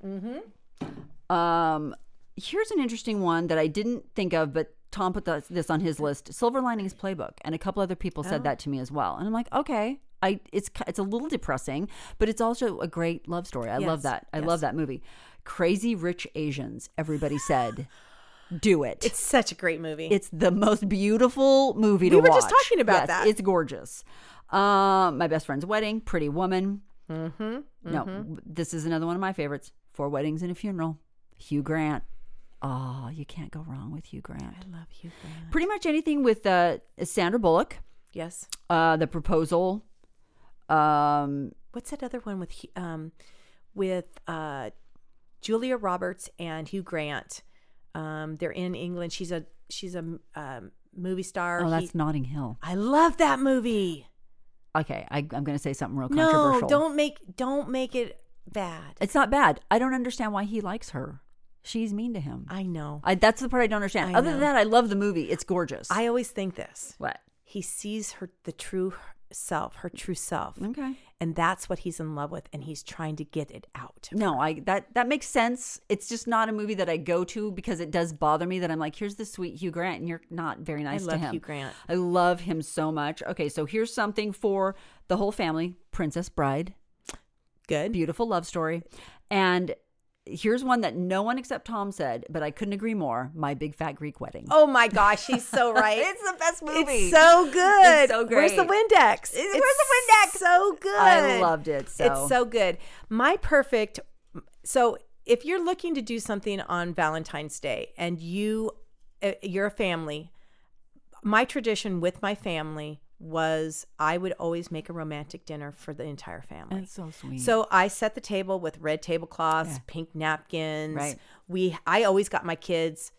Speaker 2: Mm-hmm. Um, here's an interesting one that I didn't think of, but Tom put this- this on his list: Silver Linings Playbook, and a couple other people
Speaker 3: Oh.
Speaker 2: said that to me as well. And I'm like, okay, I it's ki- it's a little depressing, but it's also a great love story. I love
Speaker 3: Yes,
Speaker 2: that. I
Speaker 3: yes.
Speaker 2: love that movie. Crazy Rich Asians. Everybody said, do it.
Speaker 3: It's such a great movie.
Speaker 2: It's the most beautiful movie
Speaker 3: We
Speaker 2: to
Speaker 3: were
Speaker 2: watch.
Speaker 3: just talking about
Speaker 2: Yes,
Speaker 3: that.
Speaker 2: It's gorgeous. Um, my best friend's wedding, Pretty Woman.
Speaker 3: Mm-hmm,
Speaker 2: No, this is another one of my favorites. Four Weddings and a Funeral. Hugh Grant. Oh, you can't go wrong with Hugh Grant.
Speaker 3: I love Hugh Grant.
Speaker 2: Pretty much anything with uh, Sandra Bullock,
Speaker 3: Yes.
Speaker 2: uh, The Proposal. Um,
Speaker 3: What's that other one with Hu- um with uh Julia Roberts and Hugh Grant? Um they're in England. She's a she's a um, movie star.
Speaker 2: oh,
Speaker 3: He-
Speaker 2: that's Notting Hill.
Speaker 3: I love that movie.
Speaker 2: Okay, I, I'm going to say something real
Speaker 3: No,
Speaker 2: controversial.
Speaker 3: don't make don't make it bad.
Speaker 2: It's not bad. I don't understand why he likes her. She's mean to him.
Speaker 3: I know.
Speaker 2: I, that's the part I don't understand.
Speaker 3: I
Speaker 2: Other than
Speaker 3: know.
Speaker 2: that, I love the movie. It's gorgeous.
Speaker 3: I always think this.
Speaker 2: what?
Speaker 3: He sees her the true self, her true self.
Speaker 2: Okay.
Speaker 3: And that's what he's in love with and he's trying to get it out.
Speaker 2: No, I that that makes sense. It's just not a movie that I go to because it does bother me that I'm like, here's the sweet Hugh Grant, and you're not very nice
Speaker 3: love
Speaker 2: to him.
Speaker 3: Hugh Grant.
Speaker 2: I love him so much. Okay, so here's something for the whole family: Princess Bride,
Speaker 3: Good.
Speaker 2: beautiful love story, and here's one that no one except Tom said, but I couldn't agree more: My Big Fat Greek Wedding.
Speaker 3: Oh my gosh, she's so
Speaker 2: <laughs>
Speaker 3: right.
Speaker 2: it's the best movie.
Speaker 3: It's so good.
Speaker 2: It's so
Speaker 3: Where's the
Speaker 2: great.
Speaker 3: Windex? It's
Speaker 2: where's the Windex?
Speaker 3: So good.
Speaker 2: I loved it. So.
Speaker 3: It's so good. My perfect. So if you're looking to do something on Valentine's Day and you, uh, you're a family, my tradition with my family was I would always make a romantic dinner for the entire family.
Speaker 2: That's so sweet.
Speaker 3: So I set the table with red tablecloths, pink napkins.
Speaker 2: Right.
Speaker 3: We I always got my kids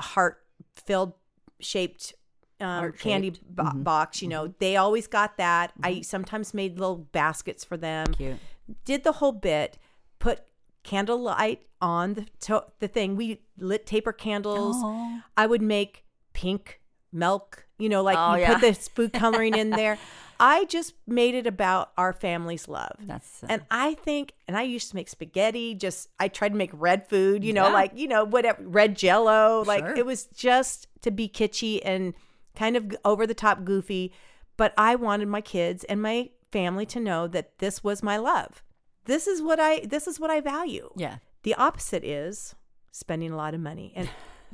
Speaker 3: heart filled shaped um, candy bo-
Speaker 2: Mm-hmm.
Speaker 3: box. You know, they always got that. I sometimes made little baskets for them.
Speaker 2: cute.
Speaker 3: Did the whole bit. Put candlelight on the to- the thing. We lit taper candles.
Speaker 2: Oh.
Speaker 3: I would make pink milk. You know, like
Speaker 2: Oh,
Speaker 3: you
Speaker 2: yeah.
Speaker 3: put this food coloring
Speaker 2: <laughs>
Speaker 3: in there. I just made it about our family's love.
Speaker 2: That's
Speaker 3: And I think, and I used to make spaghetti. Just I tried to make red food, you know,
Speaker 2: Yeah.
Speaker 3: like you know whatever red Jello. Like
Speaker 2: Sure.
Speaker 3: it was just to be kitschy and kind of over the top goofy, but I wanted my kids and my family to know that this was my love. This is what I. This is what I value.
Speaker 2: yeah.
Speaker 3: The opposite is spending a lot of money.
Speaker 2: <laughs>
Speaker 3: And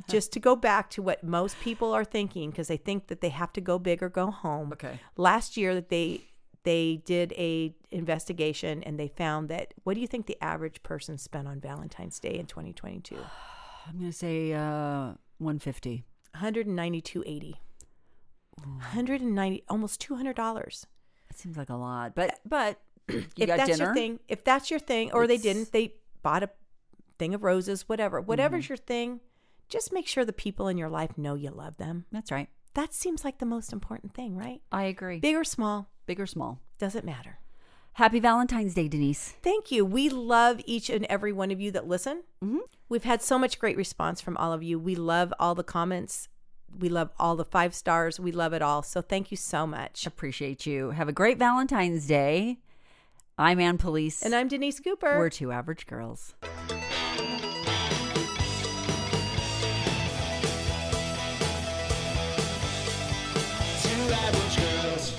Speaker 3: just to go back to what most people are thinking, because they think that they have to go big or go home.
Speaker 2: Okay.
Speaker 3: Last year that they they did a investigation and they found that what do you think the average person spent on Valentine's Day in 2022?
Speaker 2: <sighs> I'm gonna say uh, 150.
Speaker 3: 192.80. 190 almost $200.
Speaker 2: That seems like a lot, but but you
Speaker 3: if
Speaker 2: got
Speaker 3: that's
Speaker 2: dinner.
Speaker 3: your thing, if that's your thing, or
Speaker 2: It's-
Speaker 3: they didn't, they bought a thing of roses, whatever, whatever's
Speaker 2: Mm-hmm.
Speaker 3: your thing, just make sure the people in your life know you love them.
Speaker 2: That's right.
Speaker 3: That seems like the most important thing, right?
Speaker 2: I agree. Big,
Speaker 3: Big or small,
Speaker 2: or small.
Speaker 3: doesn't matter.
Speaker 2: Happy Valentine's Day, Denise.
Speaker 3: Thank you. We love each and every one of you that listen. We've had so much great response from all of you. We love all the comments. We love all the five stars. We love it all. So thank you so much.
Speaker 2: Appreciate you. Have a great Valentine's Day. I'm Ann Police.
Speaker 3: And I'm Denise Cooper.
Speaker 2: We're two average girls.
Speaker 1: Two average girls.